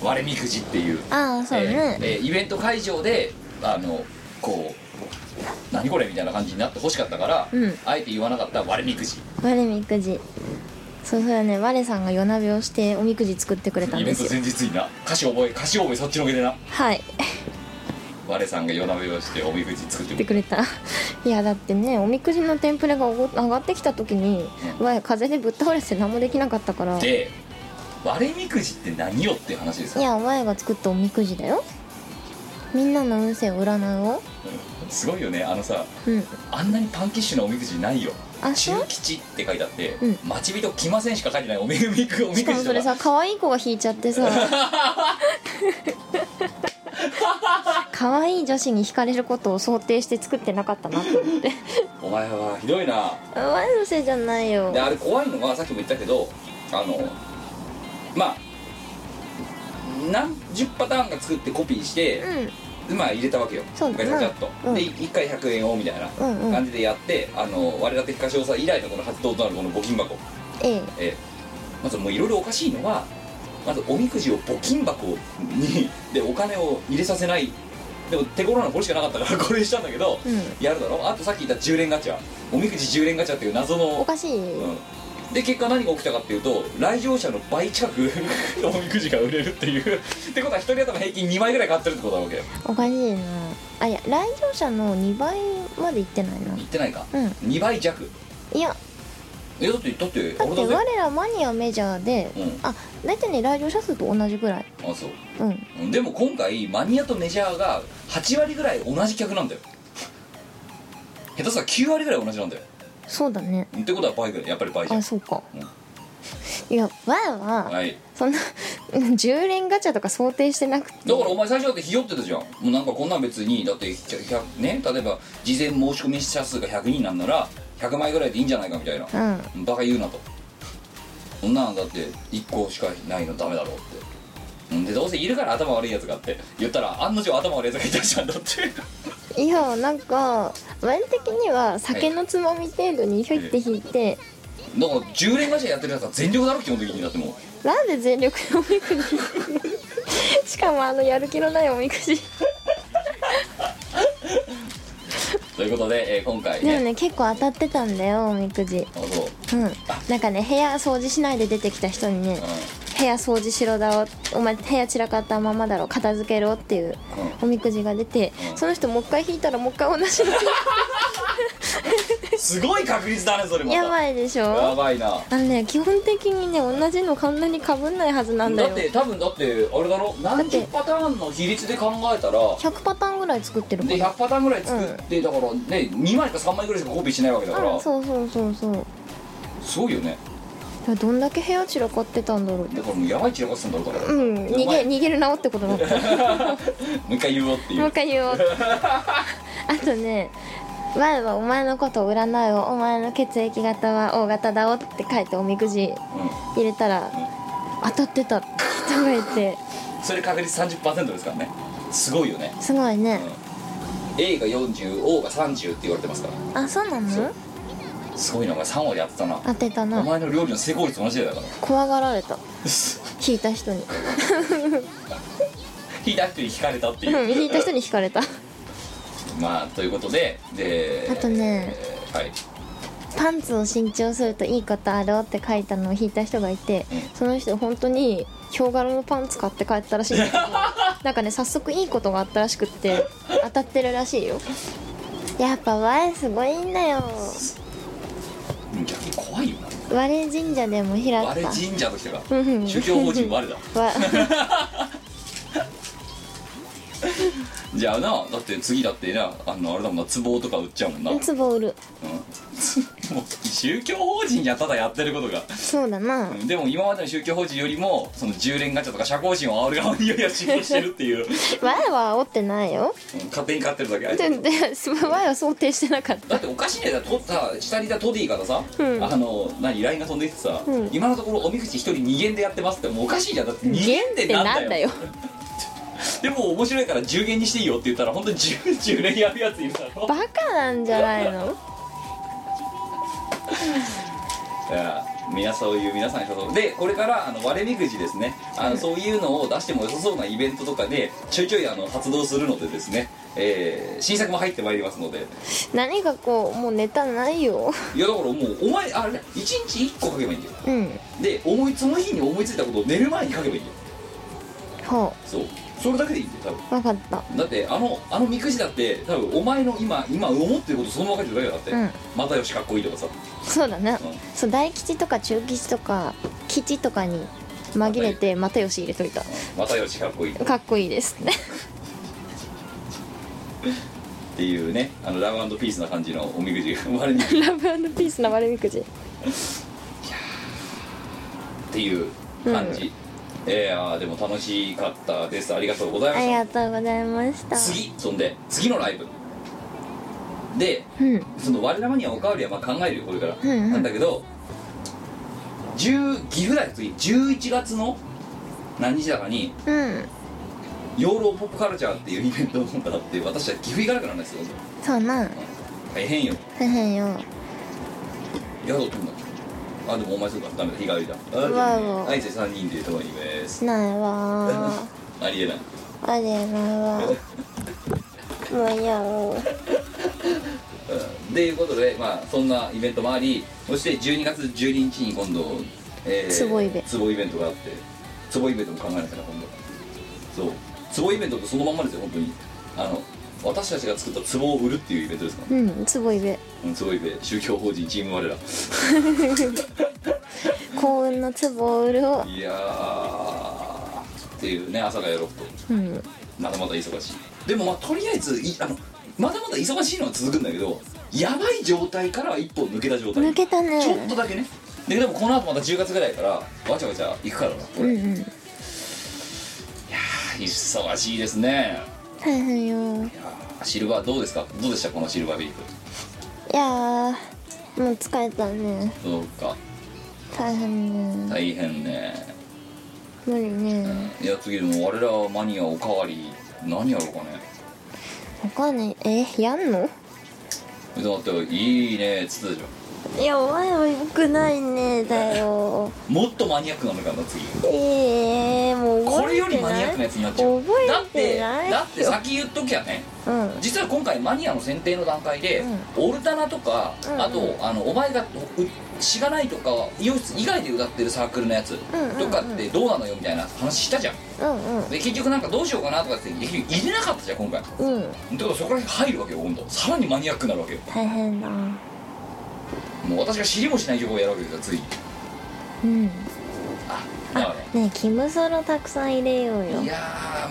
割れみくじっていう
ああそうね、
えーえーイベント会場であのこう何これみたいな感じになってほしかったから、
うん
あえて言わなかった割れみくじ
我みくじそうそうだね我さんが夜なべをしておみくじ作ってくれたん
イベ
で
ント
すよ
前日にな歌詞覚え歌詞覚えそっちのけでな
はい
我さんが夜なべをしておみくじ作って
ってくれた いやだってねおみくじの天ぷらがおご上がってきた時に我風でぶっ倒れて何もできなかったからい
で割れみくじって何よっていう話ですよ
や我が作ったおみくじだよみんなの運勢を占うを
すごいよねあのさ
うん
あんなにパンキッシュなおみくじないよ
あそ
中
う
吉って書いてあって、
うん
待ち人来ませんしか書いてないおみ くじおみくじ
しかもそれ
とか
さ可愛い子が引いちゃって さ可愛い女子に惹かれることを想定して作ってなかったなと思って
お前はひどいな
我のせいじゃないよ
であれ怖いのはさっきも言ったけどあのまあ何十パターンか作ってコピーして、
うん
でまあ入れたわけよ
そうだ
ガ
な
チャガチャっと、
うん
で1回100円をみたいな
うんうん
感じでやって、あの我ら的歌唱祭以来のこの発動となるこの募金箱
ええ
えーまずもういろいろおかしいのはまずおみくじを募金箱に でお金を入れさせないでも手頃なのこれしかなかったから これしたんだけど、
うん
やるだろあとさっき言った10連ガチャおみくじ10連ガチャっていう謎の
おかしい、
うんで結果何が起きたかっていうと来場者の倍近く おみくじが売れるっていうってことは1人頭平均2枚ぐらい買ってるってことなわけよ
おかしいなあいや来場者の2倍までいってないな
言ってないか、
うん
2倍弱
いや
いやだってだって
だ
あ
っ
れ
て
だぜ
我らマニアメジャーで、
うん
あ大体ね来場者数と同じぐらい
あそう
うん
うんでも今回マニアとメジャーが8割ぐらい同じ客なんだよ下手すら9割ぐらい同じなんだよ
そうだね
ってことは倍ぐらいやっぱり倍じゃ
あ
ん
そうか、
うん
いや我は、
はい
そんな 10連ガチャとか想定してなくて
だからお前最初だってひよってたじゃんもうなんかこんなん別にだって100ね例えば事前申し込み者数が100人なんなら100枚ぐらいでいいんじゃないかみたいな
うん
バカ言うなとそんなんだって1個しかないのダメだろうってうんでどうせいるから頭悪いやつがあって言ったら案の定頭悪いやつがいたじゃんだって
いやなんか前的には酒のつまみ程度にひょいって引いて、
だから10連会社やってるやつは全力だろ基本的にだっても
なんで全力でおみくじ しかもあのやる気のないおみくじ
うということで、えー今回
でも
ね
ね結構当たってたんだよおみくじ
あそう
うんなんかね部屋掃除しないで出てきた人にね
う
部屋掃除しろだろお前部屋散らかったままだろ片付けろっていうおみくじが出て、
うん
その人もう一回引いたらもう一回同じの
んすごい確率だねそれまた
やばいでし
や
ょ
ばいな
あのね基本的にね同じのこんなにかぶんないはずなんだ
だ
よ
って多分だってあれだろ何十パターンの比率で考えたら
100パターンぐらい作ってるか
で
ら
100パターンぐらい作って、だからね2枚か3枚ぐらいしかコピーしないわけだから、
うんそうそうそうそうだか
すごいよね
らどんだけ部屋散らかってたんだろう
だからもうやばい散らかってたんだろうから、
う
も
ん逃
お
げ
前
逃げるなおってことだった
う一回言おうってい
もう
う
一回 言おうあとね前はお前のことを占うよお前の血液型は O 型だおって書いておみくじ
う
入れたら当たってた人がいて
ん、それ確率30%ですからねすごいよね
すごいね
A が 40O が30って言われてますから
あそうなの
すごいなお前3割やってたな
当てた
お
な
前の料理の成功率同じだよだから
怖がられ た引いた人に
引いた人に引かれたって
うん
いう
引いた人に引かれた
まあということでで
あとね
はい
パンツを新調するといいことあるよって書いたのを引いた人がいて
う
その人本当にヒョウ柄のパンツ買って帰ったらしいんだ けどなんかね早速いいことがあったらしくって当たってるらしいよやっぱ前すごいんだよ
逆に怖いよな
我神社でも開
あれ
いた
神社の人が
うんうん
宗教法人我だ
わ
じゃあなだって次だってなあのあれだもんな壺とか売っちゃうもんな、うん、も
つぼ売る
う宗教法人やただやってることが
そうだな
でも今までの宗教法人よりもその10連ガチャとか社交心を煽る側によりは進行してるっていう、うん
前は煽ってないよ
勝手に買ってるだけあいつ
ででその前は想定してなかった
だっておかしいねだとさ下にいたトディからさ、
ん
あの何 LINE が飛んできてさ、
ん
今のところおみくじ一人2円でやってますってもうおかしいじゃんだって2円ってなんだよ
なんだよ
でも面白いから10円にしていいよって言ったら本当に 10, 10連やるやついるだろ
バカなんじゃないの
いや皆そういう皆さんにそうでこれからあの割れみくじですねあの、そういうのを出しても良さそうなイベントとかでちょいちょいあの発動するのでですね、えー新作も入ってまいりますので
何かこうもうネタないよ
いやだからもうお前あれね1日1個書けばいいんだよ
うん
で思いその日に思いついたことを寝る前に書けばいいんだよ
ほ
そうそれだけでいいんだよ
う分かった
多分だってあのあのみくじだって多分お前の今今思ってることそのまま書いてるだけだよだって、またよしかっこいいとかさ
そうだな、
ん
そう大吉とか中吉とか吉とかに紛れて又吉入れといた
またよしかっこいい
かっこいいですね
っていうねあのラブピースな感じのおみくじが割れみくじ
ラブピースの悪みくじ
っていう感じ、えー、あーでも楽しかったですありがとうござい
あ
まし
り
た
がとうございました
次そんで次のライブで
うん
その我らまにはおかわりはまあ考えるよこれから、
んうん
なんだけど10岐阜だよ次11月の何日だかに
うん
養老ポップカルチャーっていうイベントがあって私は岐阜行かなくなるんですよ
そうな
大変よ
へへんよ
宿取るんだっけあでもお前そうかダメだ日帰りだあ
うわうわ
あいつ3人で泊まります
ないわ
ありえない
ーありえないわーもうやおう
うんということで、まあ、そんなイベントもありそして12月12日に今度、え
ツボイベ
ツボイベントがあってツボイベントも考えなきゃな今度そうツボイベントってそのまんまですよ本当にあの私たちが作ったツボを売るっていうイベントですから、
うんつぼいべ
うん、ツボイベ宗教法人チーム我ら
幸運のつぼを売るを
いやーっていうね朝がやろうと
うん
まだまだ忙しいでもまあとりあえずいあのまだまだ忙しいのは続くんだけどやばい状態からは一歩抜けた状態
抜けた
ちょっ
ね
とだけねででもこの後また10月ぐらいからわちゃわちゃ行くからなこ
う
れ、
んうん
忙しいですね
大変よー
いやーシルバーどうですかどうでしたこのシルバーウィーク
いやーもう疲れたね
そうか
大変ね
大変ね
無理ね
いや次でも我らマニアおかわり何やろうかね
わかんないえやんの
だっていいねっつってたじゃ
いやお前はよくないねだよ
んもっとマニアックなのかな次
ええもう
こ
覚
れよ
え
り
て
マニアックな
な
や
い
つになっちゃう
覚えて
だって
ないよ
だって先言っときゃね
うん
実は今回マニアの選定の段階で、オルタナとか、
うんうん
あとあのお前がうしがないとか美容室以外で歌ってるサークルのやつ
んうん
とかってどうなのよみたいな話したじゃん
うんうん
で結局なんかどうしようかなとかって入れなかったじゃん今回だか
うん
らそこら辺入るわけよ今度さらにマニアックになるわけよ
大変だ
もう私が知りもしない曲をやるわけですよつい
うんね
あだからね
えキムソロたくさん入れようよ
いや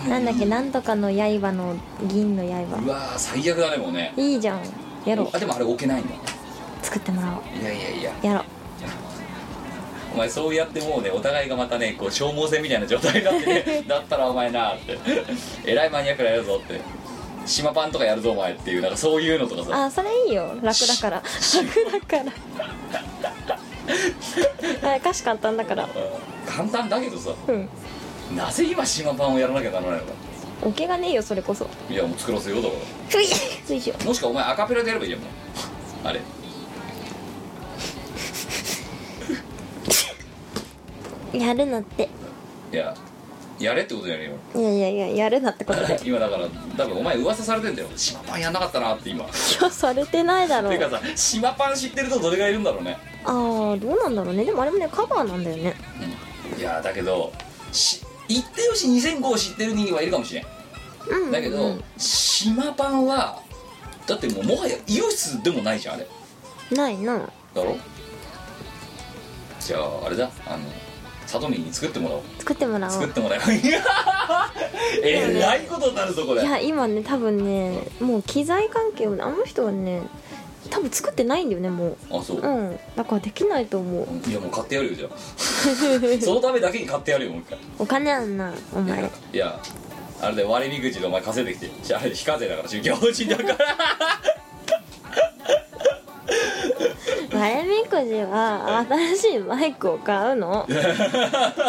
ーもう
なんだっけなんとかの刃の銀の
う
刃
わー最悪だねもうね
いいじゃんやろう
あでもあれ置けないんだ
作ってもら
い
お
やいやいや
うやろう
お前そうやってもうねお互いがまたねこう消耗戦みたいな状態になってねだったらお前なーってえらいマニアックなやるぞって島パンとかやるぞお前っていうなんかそういうのとかさ
あそれいいよ楽だから楽だ からあ歌詞簡単だから
うん簡単だけどさ
うん
なぜ今島パンをやらなきゃならないのか
おけがねえよそれこそ
いやもう作らせようだか
ふいついしよ
らもしかお前アカペラでやればいいじゃんもう あれ
うやるなって
いややれってことじゃねえよ
いやいやいややるなってことだよ
今だから多分お前噂されてんだよ島パンやんなかったなって今
いやされてないだろ
ていうか
う
さ島パン知ってるとどれがいるんだろうね
あーどうなんだろうねでもあれもねカバーなんだよね
いやーだけどし言ってよし2005を知ってる人はいるかもしれん
うん、
だけど、島パンはだってもうもはやイオシスでもないじゃんあれ
ないな
だろじゃああれだあのサトミンに作ってもらおう
作ってもらお
作っ
う
てもらおう いやーえらいことになるぞこれ
いや今ね多分ねもう機材関係をねあの人はね多分作ってないんだよねも
あそう
ううんだからできないと思う
いやもう買ってやるよじゃあ そのためだけに買ってやるよもう一回
お金あんなお前
いやあれで割引口でお前稼いできてじゃああれで非課税だから宗教法人だから
割れみくじは新しいマイクを買うの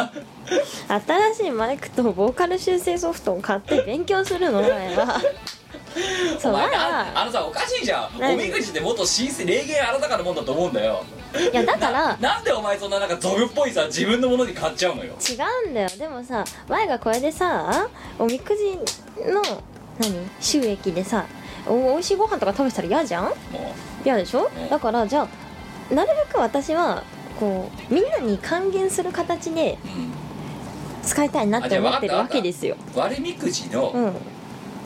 新しいマイクとボーカル修正ソフトを買って勉強するのお前はそう
お
お前
前あ
は
あのさおかしいじゃん
何
おみくじって元神聖霊言あなたからもんだと思うんだよ
いやだから
なんでお前そんななんか俗っぽいさ自分のものに買っちゃうのよ
違うんだよでもさ前がこれでさおみくじの何収益でさお美味しいご飯とか食べてたら嫌じゃん
も
嫌でしょ
うん
だからじゃあなるべく私はこうみんなに還元する形で
う、う
使いたいなって思ってるわけですよ
ん、割れみくじの、
うん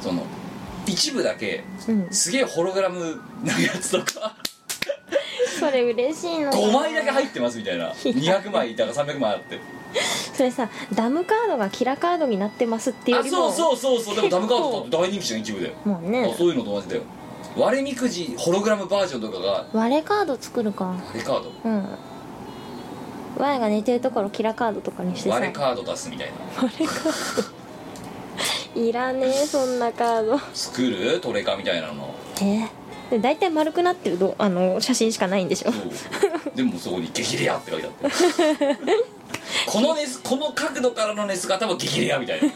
その一部だけ
うん
すげえホログラムなやつとか
それ嬉しいの
5枚だけ入ってますみたいな200枚いたら300枚あって
それさダムカードがキラカードになってますっていうよ
あ
りも
そうそうそうそうでもダムカードと大人気じゃん一部で、
もうね
あそういうのと同じだよ割れみくじホログラムバージョンとかが
割れカード作るか
レカード
うん我が寝てるところキラカードとかにしてさ
割れカード出すみたいない
らねえそんなカード
作るトレカみたいなの
えで大体丸くなってるどあの写真しかないんでしょ
そうでもそこに「激レア」って書いてあってこのネスこの角度からのネス型は激レアみたいな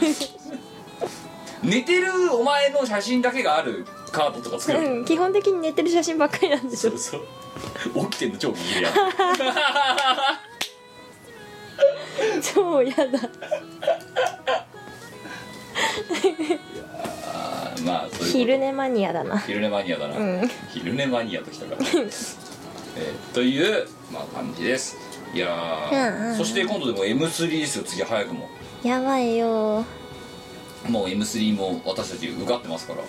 寝てるお前の写真だけがあるカードとか作る
うん基本的に寝てる写真ばっかりなんでし
そ
ょ
うそう起きてんの超激レア
超嫌だ
あーまあそういうこと
昼寝マニアだな
昼寝マニアだな、
うん
昼寝マニアときた から、えーという、まあ、感じですいやー、
うんうんうん
そして今度でも M3 ですよ次早くも
やばいよ
もう M3 も私たち受かってますから、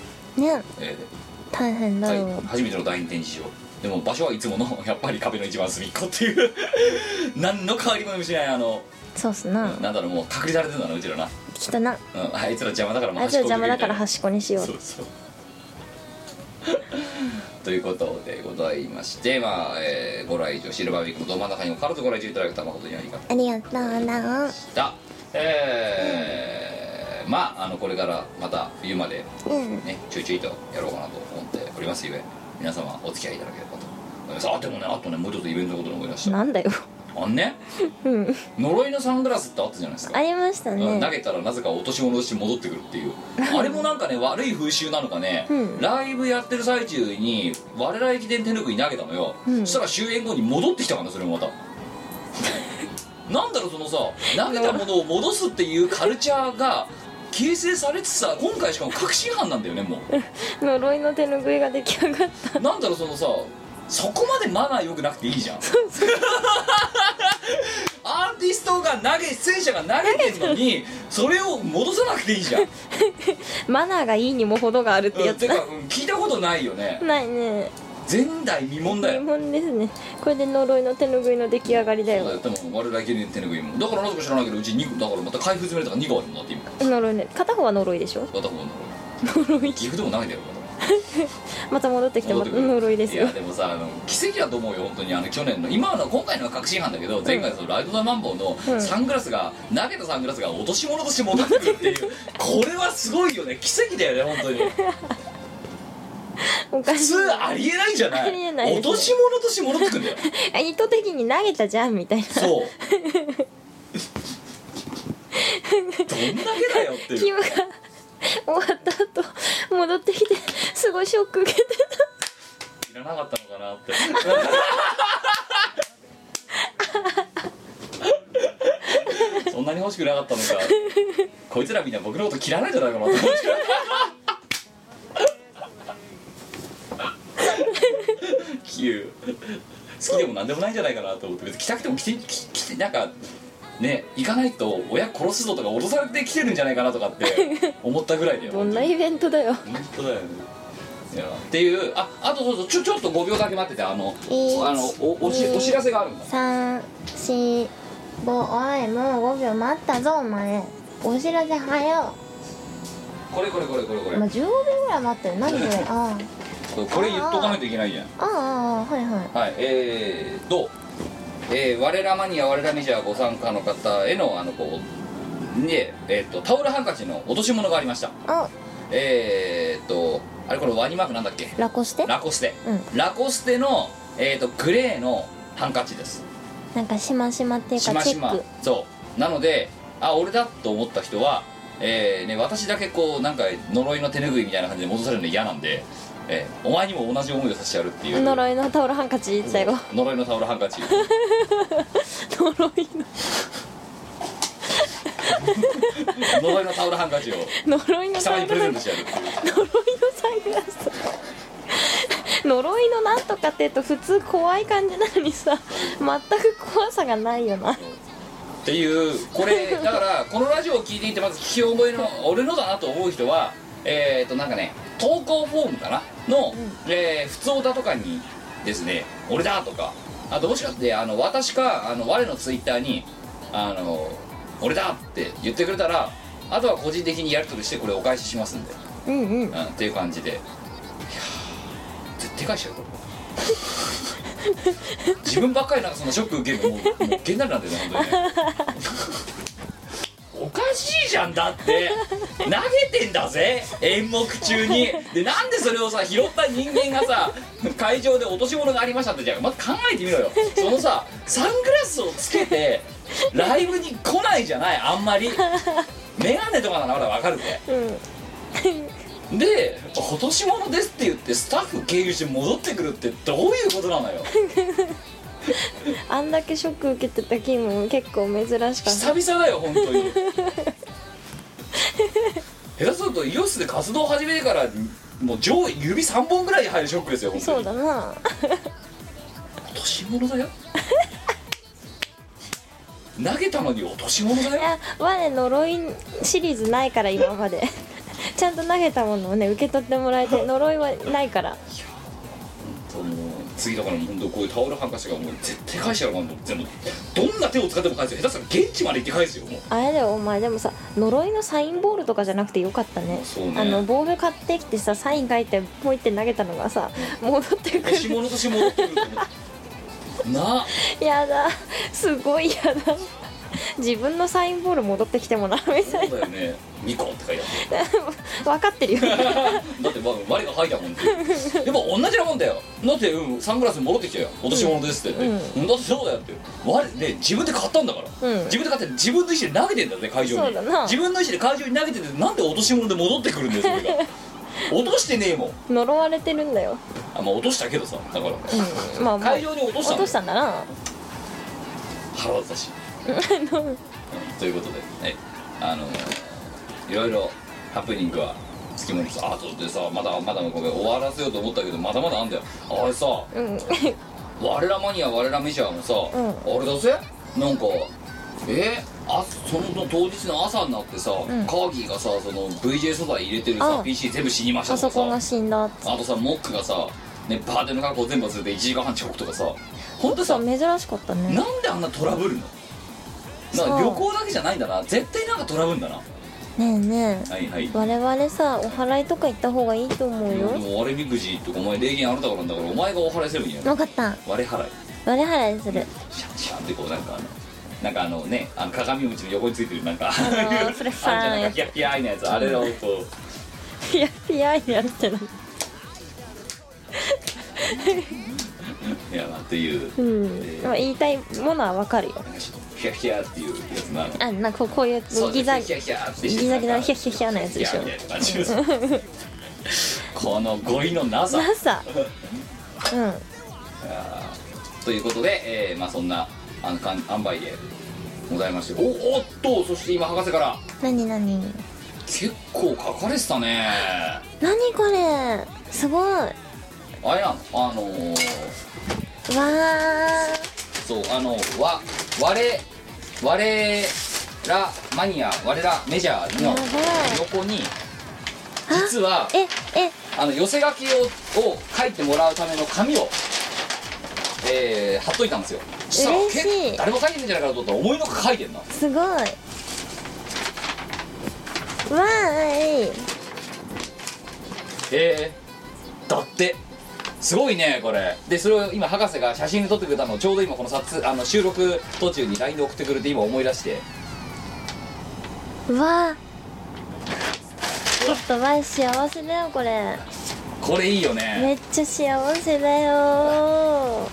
ね
えー
大変だよ、
はい、初めての第二展示場でも場所はいつもの やっぱり壁の一番隅っこっていう 何の変わりもしないあの、
そうっすな
なんだろうもう隔離されてるんだなうちらな、
きっとな
うん、あいつら邪魔だからもう
あいつ
端
ら
っこ
邪魔だから
行
端っこにしよう
くみたいなそうそう ということでございましてまあ、えーご来場シルバーウィークのど真ん中にもからずご来場いただけた誠にありがとう
ありがとうな
ございましたえーまああのこれからまた冬まで
うん
ね、ちょいちょいとやろうかなと思っておりますゆえ皆様お付き合いいただければと思いますあでもねあとねもうちょっとイベントのことで思い出した
なんだよ
あんね
うん
呪いのサングラスってあったじゃないですか
ありました
うん投
ね
げたらなぜか落とし物をして戻ってくるっていう あれもなんかね悪い風習なのかね、
うん
ライブやってる最中に我ら駅伝手ぬぐい投げたのよ、
うん
そしたら終演後に戻ってきたからねそれもまた なんだろうそのさ投げたものを戻すっていうカルチャーが形成されつつさ今回しかも確信犯なんだよねも
呪いの手拭いが出来上がった
うなんだろうそのさそこまでマナー良くなくていい じゃん アーティストが投げ出演者が投げてるのにそれを戻さなくていいじゃん
マナーがいいにも程があるってや
うん
つ
て
だ
か、うん聞いたことないよね
ないね
前代未聞だ
疑
よ
問ですねこれで呪いの手拭いの出来上がりだ
そうだ
よ
よでも我々系の手ぬぐいもだからなぜか知らないけどうち2個だからまた開封詰めるとか2個あるもんだって今
呪いね片方は呪いでしょ
片方の
呪い
岐阜でも投げてやるから
また戻ってきてまた
戻ってくる
呪いですよ
いやでもさあの奇跡だと思うよ本当にあの去年の今の今回のは確信犯だけど前回そのライト・ザ・マンボウ
う
の
ん
サングラスが、投げたサングラスが落とし物として戻ってくるっていうこれはすごいよね奇跡だよね本当に
おか
普
し
通ありえないじゃない
ありえないですね
落とし物として戻ってくるんだよ
い意図的に投げたじゃんみたいな
そうどんだけだよっていう
キムが終わった後戻ってきてすごいショック受けて
いらなかったのかな ってそんなに欲しくなかったのかこいつらみんな僕のこと嫌いなんじゃないかなって思ってキュー好きでもなんでもないんじゃないかなと思って別に来たくても来て来来てなんかね行かないと親殺すぞとか脅されて来てるんじゃないかなとかって思ったぐらいだよ
どんなイベントだよ
本当だよねいやっていうああとそうそうちょちょっと5秒だけ待っててあの、
い
あのおおしお知らせがあるんだ
三四五おいもう5秒待ったぞお前お知らせ早う
これこれこれこれこれ
まあ、15秒ぐらい待ったよ何それあ
これ言っとかないといけないじゃん
あああああはいはい
はいえー、どうえー、我らマニア我らメジャーご参加の方へのあのこうねえー、とタオルハンカチの落とし物がありました
あ
えー、っとあれこれワニマークなんだっけ
ラコして
ラコステ、
う
ラコステの、えー、とグレーのハンカチです
なんかしましまっていう
し
か
ま
チ
し
ェ
ま
ック
そうなのであ俺だと思った人は、えーね、私だけこうなんか呪いの手拭いみたいな感じで戻されるの嫌なんで、えーお前にも同じ思いをさせてやるっていう
呪いのタオルハンカチだよ
呪いのタオルハンカチ
呪い
呪いのタオルハンカチを
の呪いの
貴
サ
様に
ン
プレ
グ
ゼ
ラ
ントし
ス
てやるっていう
呪いのサングラス呪いのなんとかって言うと普通怖い感じなのにさ全く怖さがないよな
っていうこれだからこのラジオを聞いていてまず聞き覚えの俺のだなと思う人はえっ、となんかね投稿フォームかなの、えー、普通歌とかにですね俺だとかあともしかしてあの私かあの我のツイッターにあの俺だって言ってくれたらあとは個人的にやり取りしてこれお返ししますんで、
うんうん
うん、っていう感じでいやー絶対返しちゃう これ自分ばっかりなんかそのショック受けるのもうもうげんなりなんだよね本当にねおかしいじゃんだって投げてんだぜ演目中にでなんでそれをさ拾った人間がさ会場で落とし物がありましたってじゃあまず考えてみろよそのさサングラスをつけてライブに来ないじゃないあんまりメガネとかならまだわかるぜ
うん
で「落とし物です」って言ってスタッフ経由して戻ってくるってどういうことな のよ
あんだけショック受けてたキム結構珍しかった
久々だよ本当に下手するとイオシスで活動始めてからもう上位指3本ぐらい入るショックですよ本当
そう
に
だな
落とし物だよ投げたのに落とし物だ
い
よ
や我呪いシリーズないから今までちゃんと投げたものをね受け取ってもらえ て呪いはないから
本当もう次だからもう本当こういうタオルハンカチがもう絶対返してやろうかなと全部どんな手を使っても返すよ下手したら現地まで行って返すよもう
あれだよお前でもさ呪いのサインボールとかじゃなくてよかったね
そうね
あのボール買ってきてさサイン書いてポイって投げたのがさ戻って
落
く
とし
る
物として戻 ってくるって思ってなあ
やだすごいやだ自分のサインボール戻ってきてもなみた
そ
いう
だよね「ミコ」って書いてある
な分かってるよ
だってまあ我が吐いたもんってでも同じなもんだよだって、うん、サングラス戻ってきたよ落とし物ですって言って、うんだってそうだよって我ね自分で買ったんだから、
うん
自分で買って自分の意思で投げてんだぜ会場
そう
に
だな
自分の意思で会場に投げててなんで落とし物で戻ってくるんだよそれが落としてねえもん
呪われてるんだよ、
あまあ落としたけどさだから
うん、まあまあ
会場に落とした
落
んだ
と
よ
したんだな
腹立たしい、うん ということでねあのいろいろハプニングはつきものさあとでさまだまだごめん終わらせようと思ったけどまだまだあんだよあれさ
うん
我らマニア我らメジャーもさ、
う
あれだぜなんかえあその当日の朝になってさ、
ん
カーギーがさその VJ 素材入れてるさ
あ
PC 全部死にました
あ
と
そこ
か
が
さ
死んだっ
あとさモックがさ、ね、バーテンの格好全部忘れて1時間半遅刻とかさ本当
て
さ
そう珍しかったね
なんであんなトラブるの
そ
な
うん
か旅行だけじゃないんだな絶対なんかトラブるんだな
ねえねえ
はいはいで
我々さお祓いとか行った方がいいと思うよ
も我みくじとかお前礼儀あなたからなんだからお前がお払いすればいいんやろ
分かった
我払い
我払いする
シャンシャンってこうなんかあのなんかあのねあの鏡餅の横についてるなんか
あのフレッファー
あれじゃ
の
な
や
い
つ
ピヤピヤーいなやつあれをこ
ピヤピヤになってる
ういやなっていう
うんでも言いたいものは分かるよ
なんかちょっとヒヤヒヤーっていうやつなの
あなんかこうこういう
そう
ギザ
ヒヤヒヤヒヤーってして
ギザギザのヒヤヒヤヒヤのやつでしょ
ヒヤヒヤみたいな感じですこの語彙のなさ
なさうん
ということで、えーまあ、そんなあのかん塩梅でございましておおっとそして今博士から
何何
結構書かれてたね
何これすごいわ
あれなのあのー、
ー
そうあのわ我我らマニア我らメジャーの
やばい
横に
あ
実は
ええ
あの寄せ書きをを書いてもらうための紙を、えー貼っといたんですよしたら
嬉しい
け誰も書いてないんじゃないかなと思ったら思いのほか書いてんな
すごいわーい
へえだってすごいねこれでそれを今博士が写真で撮ってくれたのをちょうど今この撮あの収録途中に LINE で送ってくれて今思い出して
わーちょっと前幸せだよこれ
これいいよ
め
ね
っちゃ幸せだよ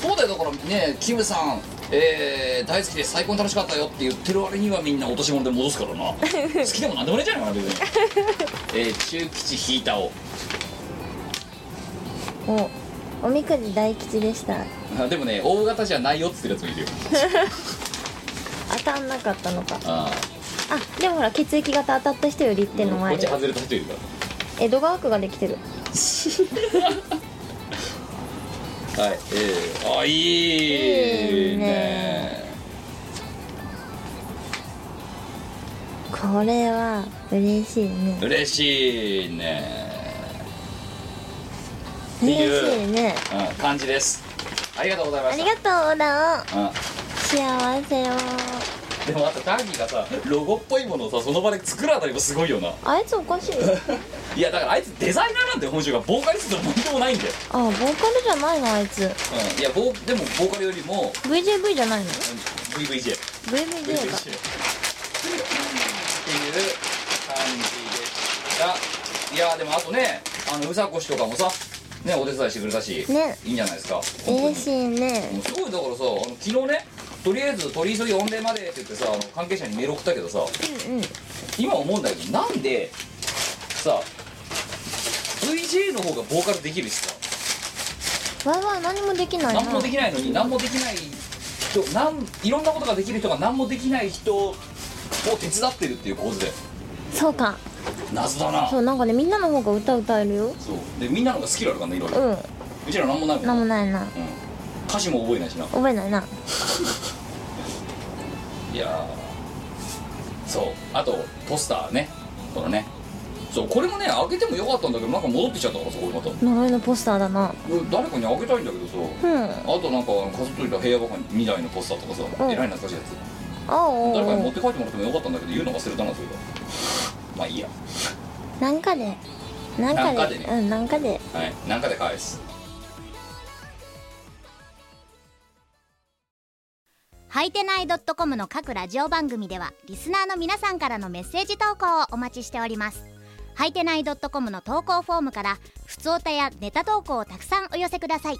そうだよだからねキムさんえー、大好きで最高に楽しかったよって言ってる割にはみんな落とし物で戻すから な好きでもなんでもねえんじゃないかな別にえー、中吉引いたを
おおみくじ大吉でした
あでもね大型じゃないよっつってるやつもいるよ
当たんなかったのか
あ
あでもほら血液型当たった人より一
あ
点の
こっ
前
ち
で
外れた人いるから
江戸川区ができてる
はい、えー、あいいね
いいねこれは嬉しいね
嬉しいね、
嬉
いう
しいね
うん、感じですありがとうございま
あ
し
り
た
がとうだ
が
お幸せよ
うん、でもあとターキーがさロゴっぽいものをさその場で作るあたりもすごいよな
あいつおかし い
いやだからあいつデザイナーなんて本職がボーカリストでも何でもないんだよ、
あボーカルじゃないのあいつ
うん、いやボーでもボーカルよりも
VJV じゃないの
うん VVJ
VVJ
嬉
が
しいっていう感じでしたいやーでもあとねあのうさこしとかもさねお手伝いしてくれたし、
ね
いいんじゃないですか本当
嬉
に
しいね
もうすごいだからさあの昨日ねとりあえず取り急ぎ御礼までって言ってさあの関係者にメール送ったけどさ
うんうん
今思うんだけどなんでさ VJ の方がボーカルできるしさ
わーわー何もできないな
何もできないのに何もできない人なんいろんなことができる人が何もできない人を手伝ってるっていう構図で
そうか
謎だな
そうなんかねみんなの方が歌歌えるよ
そうでみんなのがスキルあるからねいろいろ、う
うん
ちらなんもないもん
なんもないな
うん、歌詞も覚えないしな
覚えないない
やーそうあとポスターねこのねそうこれもね開けてもよかったんだけどなんか戻ってきちゃったからそこにまた
呪いのポスターだな
うん誰かに開けたいんだけどさ
うん
あとなんか飾っといた部屋ばかり2台のポスターとかさ、
うん
えらい懐かしいやつ
あお
誰かに持
う
って帰ってもらってもよかったんだけど言うの忘れたなそれがまあいいや
なんかでなん
なんか
か
で
で
ね
うんなんかで
はいなんかで返す
はいてない .com の各ラジオ番組ではリスナーの皆さんからのメッセージ投稿をお待ちしておりますはいてない .com の投稿フォームからふつおたやネタ投稿をたくさんお寄せください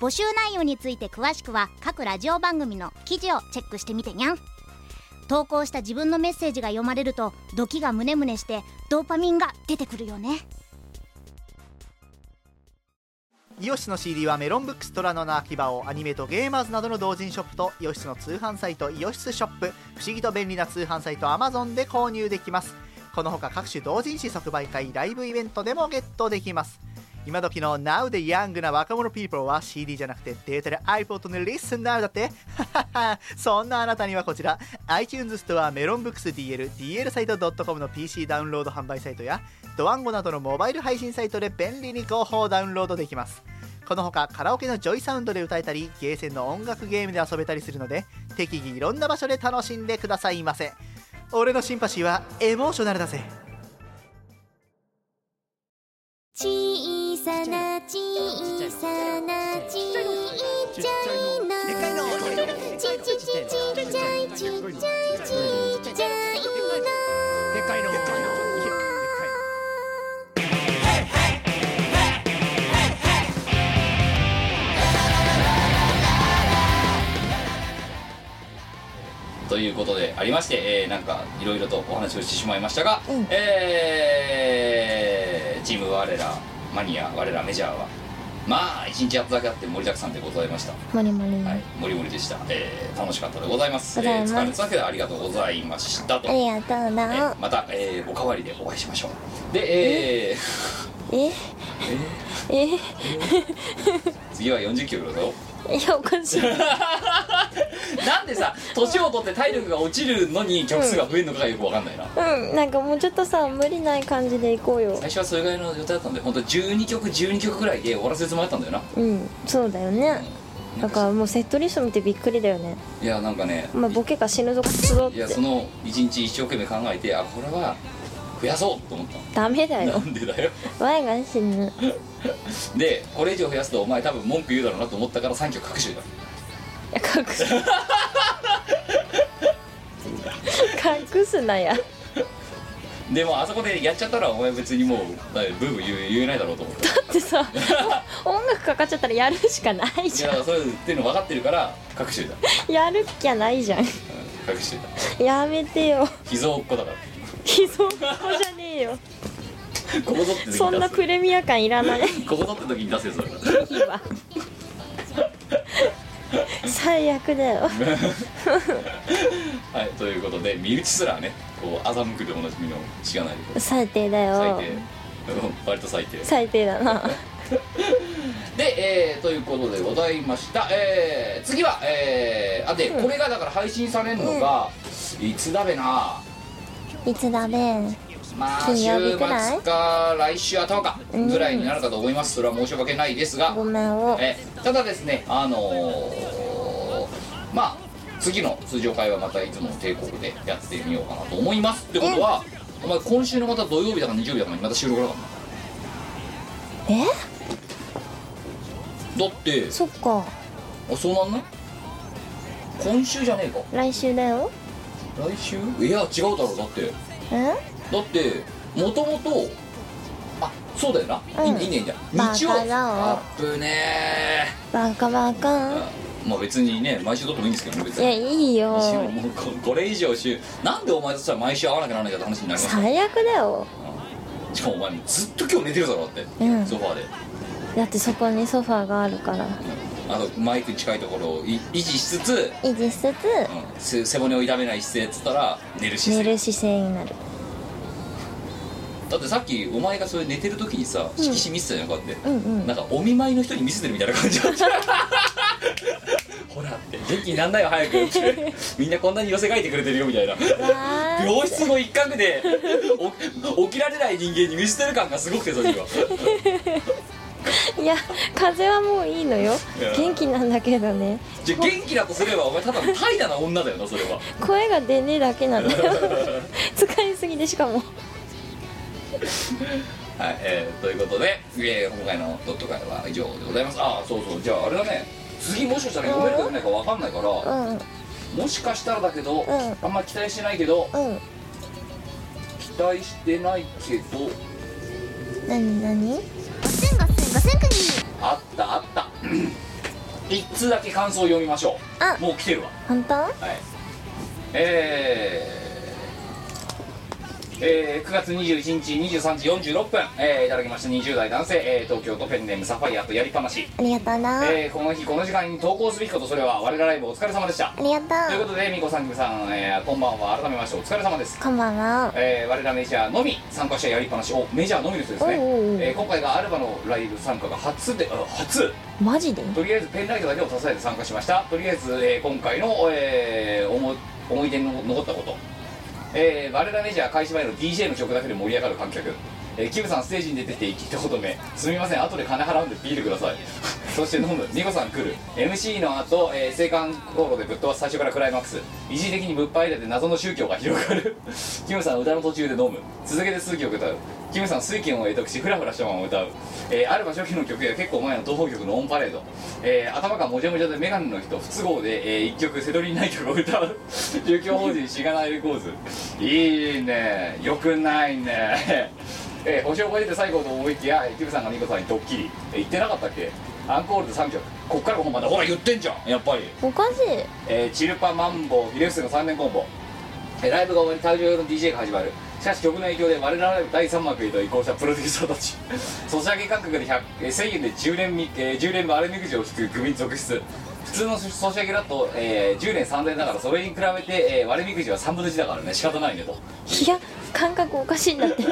募集内容について詳しくは各ラジオ番組の記事をチェックしてみてにゃん投稿した自分のメッセージが読まれるとドキがムネムネしてドーパミンが出てくるよね
イオシスの CD はメロンブックストラノの秋葉をアニメとゲーマーズなどの同人ショップとイオシスの通販サイトイオシスショップ不思議と便利な通販サイト Amazon で購入できますこのほか各種同人誌即売会ライブイベントでもゲットできます今時の Now でヤングな若者 people は CD じゃなくてデータで iPod の Listen Now だって そんなあなたにはこちら iTunes ストアメロンブックス DL DL サイト .com の PC ダウンロード販売サイトやドワンゴなどのモバイル配信サイトで便利に広報ダウンロードできますこのほかカラオケのジョイサウンドで歌えたりゲーセンの音楽ゲームで遊べたりするので適宜いろんな場所で楽しんでくださいませ俺のシンパシーはエモーショナルだぜ
小さな小さなちっちゃいのちちちちっちゃいちっちゃいちっちゃい
ということでありまして、えーなんかいろいろとお話をしてしまいましたが、
うん
えーチーム我らマニア我らメジャーはまあ一日やっただけあって盛りだくさんでございました、
マニマニ、
はいもりもりでした、えー楽しかったでございます
ございます
えー疲れただけでありがとうございましたと、
ありがとう
え
な
ーまた、えーおかわりでお会いしましょうで、えー
えええ
次は40キロ だよ
いやおかしい
なんでさ年を取って体力が落ちるのに曲数が増えるのかがよくわかんないな、
うんなんかもうちょっとさ無理ない感じでいこうよ
最初はそれぐらいの予定だったんで本当12曲12曲ぐらいで終わらせるつもりだったんだよな
うんそうだよねだからもうセットリスト見てびっくりだよね
いやなんかね
まあボケか死ぬぞこいつぞっ
いや
て
その一日一生懸命考えてあこれは増やそうと思ったの
ダメだ
な
よ
んでだよ
ワイが死ぬ
でこれ以上増やすとお前多分文句言うだろうなと思ったから3曲各種だ
隠す隠すなや
でもあそこでやっちゃったらお前別にもうだいブーブー言う言えないだろうと思 った
だってさもう音楽かかっちゃったらやるしかない
い
じゃ
やそれ言ってるの分かってるから各種だ、うん
んやるっきゃないじゃん
各種だ
やめてよ
膝をっこだから
秘蔵っ子じゃねえよ
ここぞって時に出す
そんなプレミア感いらない
ここぞって時に出せよそれから
いい わ最悪だよ
はい、ということで身内すらねこう欺くでおなじみのしがないで
最低だ
最
よ
低うん割と最低
最低だな
で、えーということでございました、えー次は、えーあで、これがだから配信されるのが、いつだべない
つだべ
まあ週
金曜日
末
くらい
か来週頭かぐらいになるかと思います、それは申し訳ないですが
ごめんを
えーただですねあのーまあ次の通常会はまたいつもの帝国でやってみようかなと思いますってことは、お前今週のまた土曜日だか日曜日だかにまた収録だから
え
なだって
そっか
あそうなんない今週じゃねえか
来週だよ
来週いや違うだろうだって
え
だってもともとあそうだよな、
うん
いいいねいいね
バカ
日曜
だわ
アップね
バカバ
ー
カ
まあ別にね毎週撮ってもいいんですけどね別
いや
に
いいよ
一応もうここれ以上週なんでお前としたら毎週会わなきゃならないかって話になります
最悪だよ
しかもお前ずっと今日寝てるだろだって、
うん
ソファーで
だってそこにソファーがあるから
あとマイクに近いところをい維持しつつ、うん
維持しつつ
せ背骨を痛めない姿勢っつったら寝る姿
寝
勢
る姿勢になる
だってさっきお前がそれ寝てる時にさ色紙見せたじゃんこうやって、
うんうん
なんかお見舞いの人に見せてるみたいな感じだった ほらって元気になんないよ早く ってみんなこんなに寄せ書いてくれてるよみたいな
わー
病室の一角で お起きられない人間に見捨てる感がすごくてそれにはい
や風邪はもういいのよ
いや
元気なんだけどね
じゃあ元気だとすればお前ただの怠惰な女だよなそれは
声が出ねえだけなんだよ 使いすぎでしかも
はい、えーということで、えー今回のドット会は以上でございますああそうそうじゃああれだね次もしかしたら読めるか読めないか分かんないから、
うん
もしかしたらだけど、
ん
あんま期待してないけど
うん
期待してないけど
何何
ガセンガセンガセンクニ
あったあった 一通だけ感想を読みましょ
あ
うもう来てるわ
本当
はいえーえー9月21日23時46分、えーいただきました20代男性、えー東京都ペンネームサファイアとやりっぱなし、
ありがとうな、
えーこの日この時間に投稿すべきことそれは我らライブお疲れ様でした
あり
とい
が
う
と
こ
う
とでみこさんきむさん、えーこんばんは改めましてお疲れ様です
こんばんは
えー我らメジャーのみ参加者やりっぱなしをメジャーのみの人ですね、
おうおうおう
えー今回がアルバのライブ参加が初であ初
マジで
とりあえずペンライトだけを支えて参加しましたとりあえず、えー今回の、えー思い思い出に残ったこと、えー我らメジャー開始前の DJ の曲だけで盛り上がる観客えーキムさんステージに出てきて一言目すみません後で金払うんでビールください そして飲むニコさん来る MC の後、えー、青函航路でぶっ飛ばす最初からクライマックス一時的にぶっぱいでて謎の宗教が広がる キムさん歌の途中で飲む続けて数曲歌うキムさん水拳を得得しフラフラしたまま歌う、えー、アルバ初期の曲や結構前の東方曲のオンパレード、えー頭がもじゃもじゃでメガネの人不都合で、えー、1曲セドリンない曲を歌う宗教法人しがないレコーズいいねよくないねえー、星を超えて最後と思いきやキムさんがミコさんにドッキリ、えー言ってなかったっけアンコールで3曲こっからが本番だほら言ってんじゃんやっぱり
おかしい
えーチルパマンボウヒレフスの3連コンボ、えーライブが終わり会場用の DJ が始まるしかし曲の影響で我らライブ第3幕へと移行したプロデューサーたち ソシャゲ感覚で100、えー1000円で10連み、えー10連分あれみくじを引く組続出普通のソシャゲだと、えー10連3000円だからそれに比べて、えー割れみくじは3分の1だからね仕方ないねと
いや感覚おかしいんだって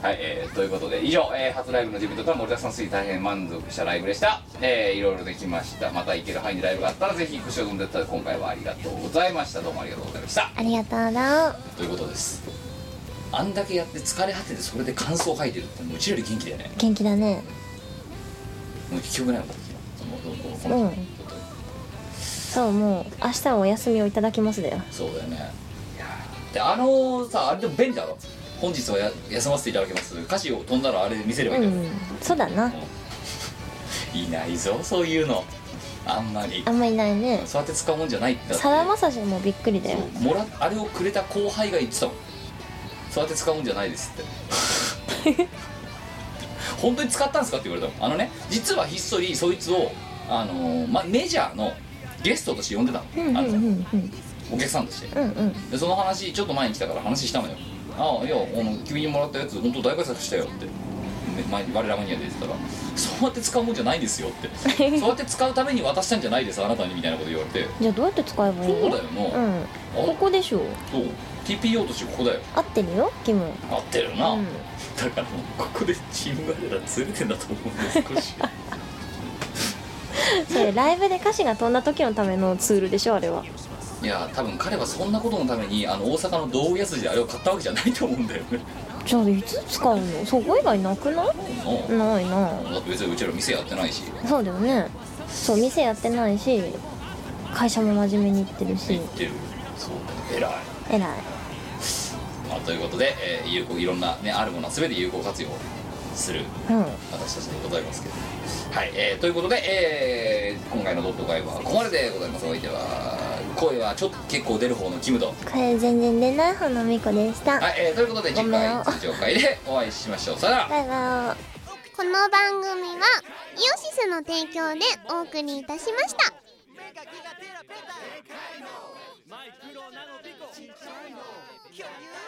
はい、えーということで以上、えー初ライブの自分とか森田さんすぎ大変満足したライブでした、えーいろいろできましたまた行ける範囲でライブがあったらぜひご視聴いただいた今回はありがとうございましたどうもありがとうございました
ありがとうな
ということですあんだけやって疲れ果ててそれで感想吐いてるってもううちより元気だよね
元気だね
もう記憶ないもんもうもうもうこ
う
の
んそうもう明日はお休みをいただきますだよ
そうだよねいやーであのさあれでも便利だろ本日はや休ませていただきます歌詞を飛んだらあれ見せれば
う
いいんだよ、
んそうだな
うんいないぞそういうのあんまり
あんまいないね
そうやって使うもんじゃないってだって
さだまさしもびっくりだよ
そうもらあれをくれた後輩が言ってたもんそうやって使うんじゃないですって 本当に使ったんですかって言われたもんあのね実はひっそりそいつを、あのーま、メジャーのゲストとして呼んでたの,、
うんうんう
あ
んう
の
ん
お客さんとして
うんうん
でその話ちょっと前に来たから話したのよ「ああいやあの君にもらったやつ本当大活躍したよ」ってね前に我らマニアで言ってたら「そうやって使うもんじゃないですよ」って「 そうやって使うために渡したんじゃないですあなたに」みたいなこと言われて
じゃあどうやって使えばいい
そうだよな、
う
あ
んここでしょ
そう TPO としてここだよ
合ってるよキム
合ってるな、
うん
だからもうここでチーム我らずれてんだと思うんで少 し
それライブで歌詞が飛んだ時のためのツールでしょあれはい
や多分彼はそんなことのためにあの大阪の道具屋筋であれを買ったわけじゃないと思うんだよね
じゃあいつ使うのそこ以外なくない
うん
ないな
だって別にうちら店やってないし
そうだよねそう店やってないし会社も真面目に行ってるし
行ってるそう偉い
偉い
まあ、ということで、えー有効いろんな、ね、あるものは全て有効活用する
うん
私たちでございますけどはい、えーということで、えー今回のドット会はここまででございますお相手は声はちょっと結構出る方のキムと
これ全然出ない方のみこでした
はい、えーということで
ご
次
めん
回通常会でお会いしましょうさよなら
バイバイ
この番組はイオシスの提供でお送りいたしました
マイクロナノビコちっちゃいの共有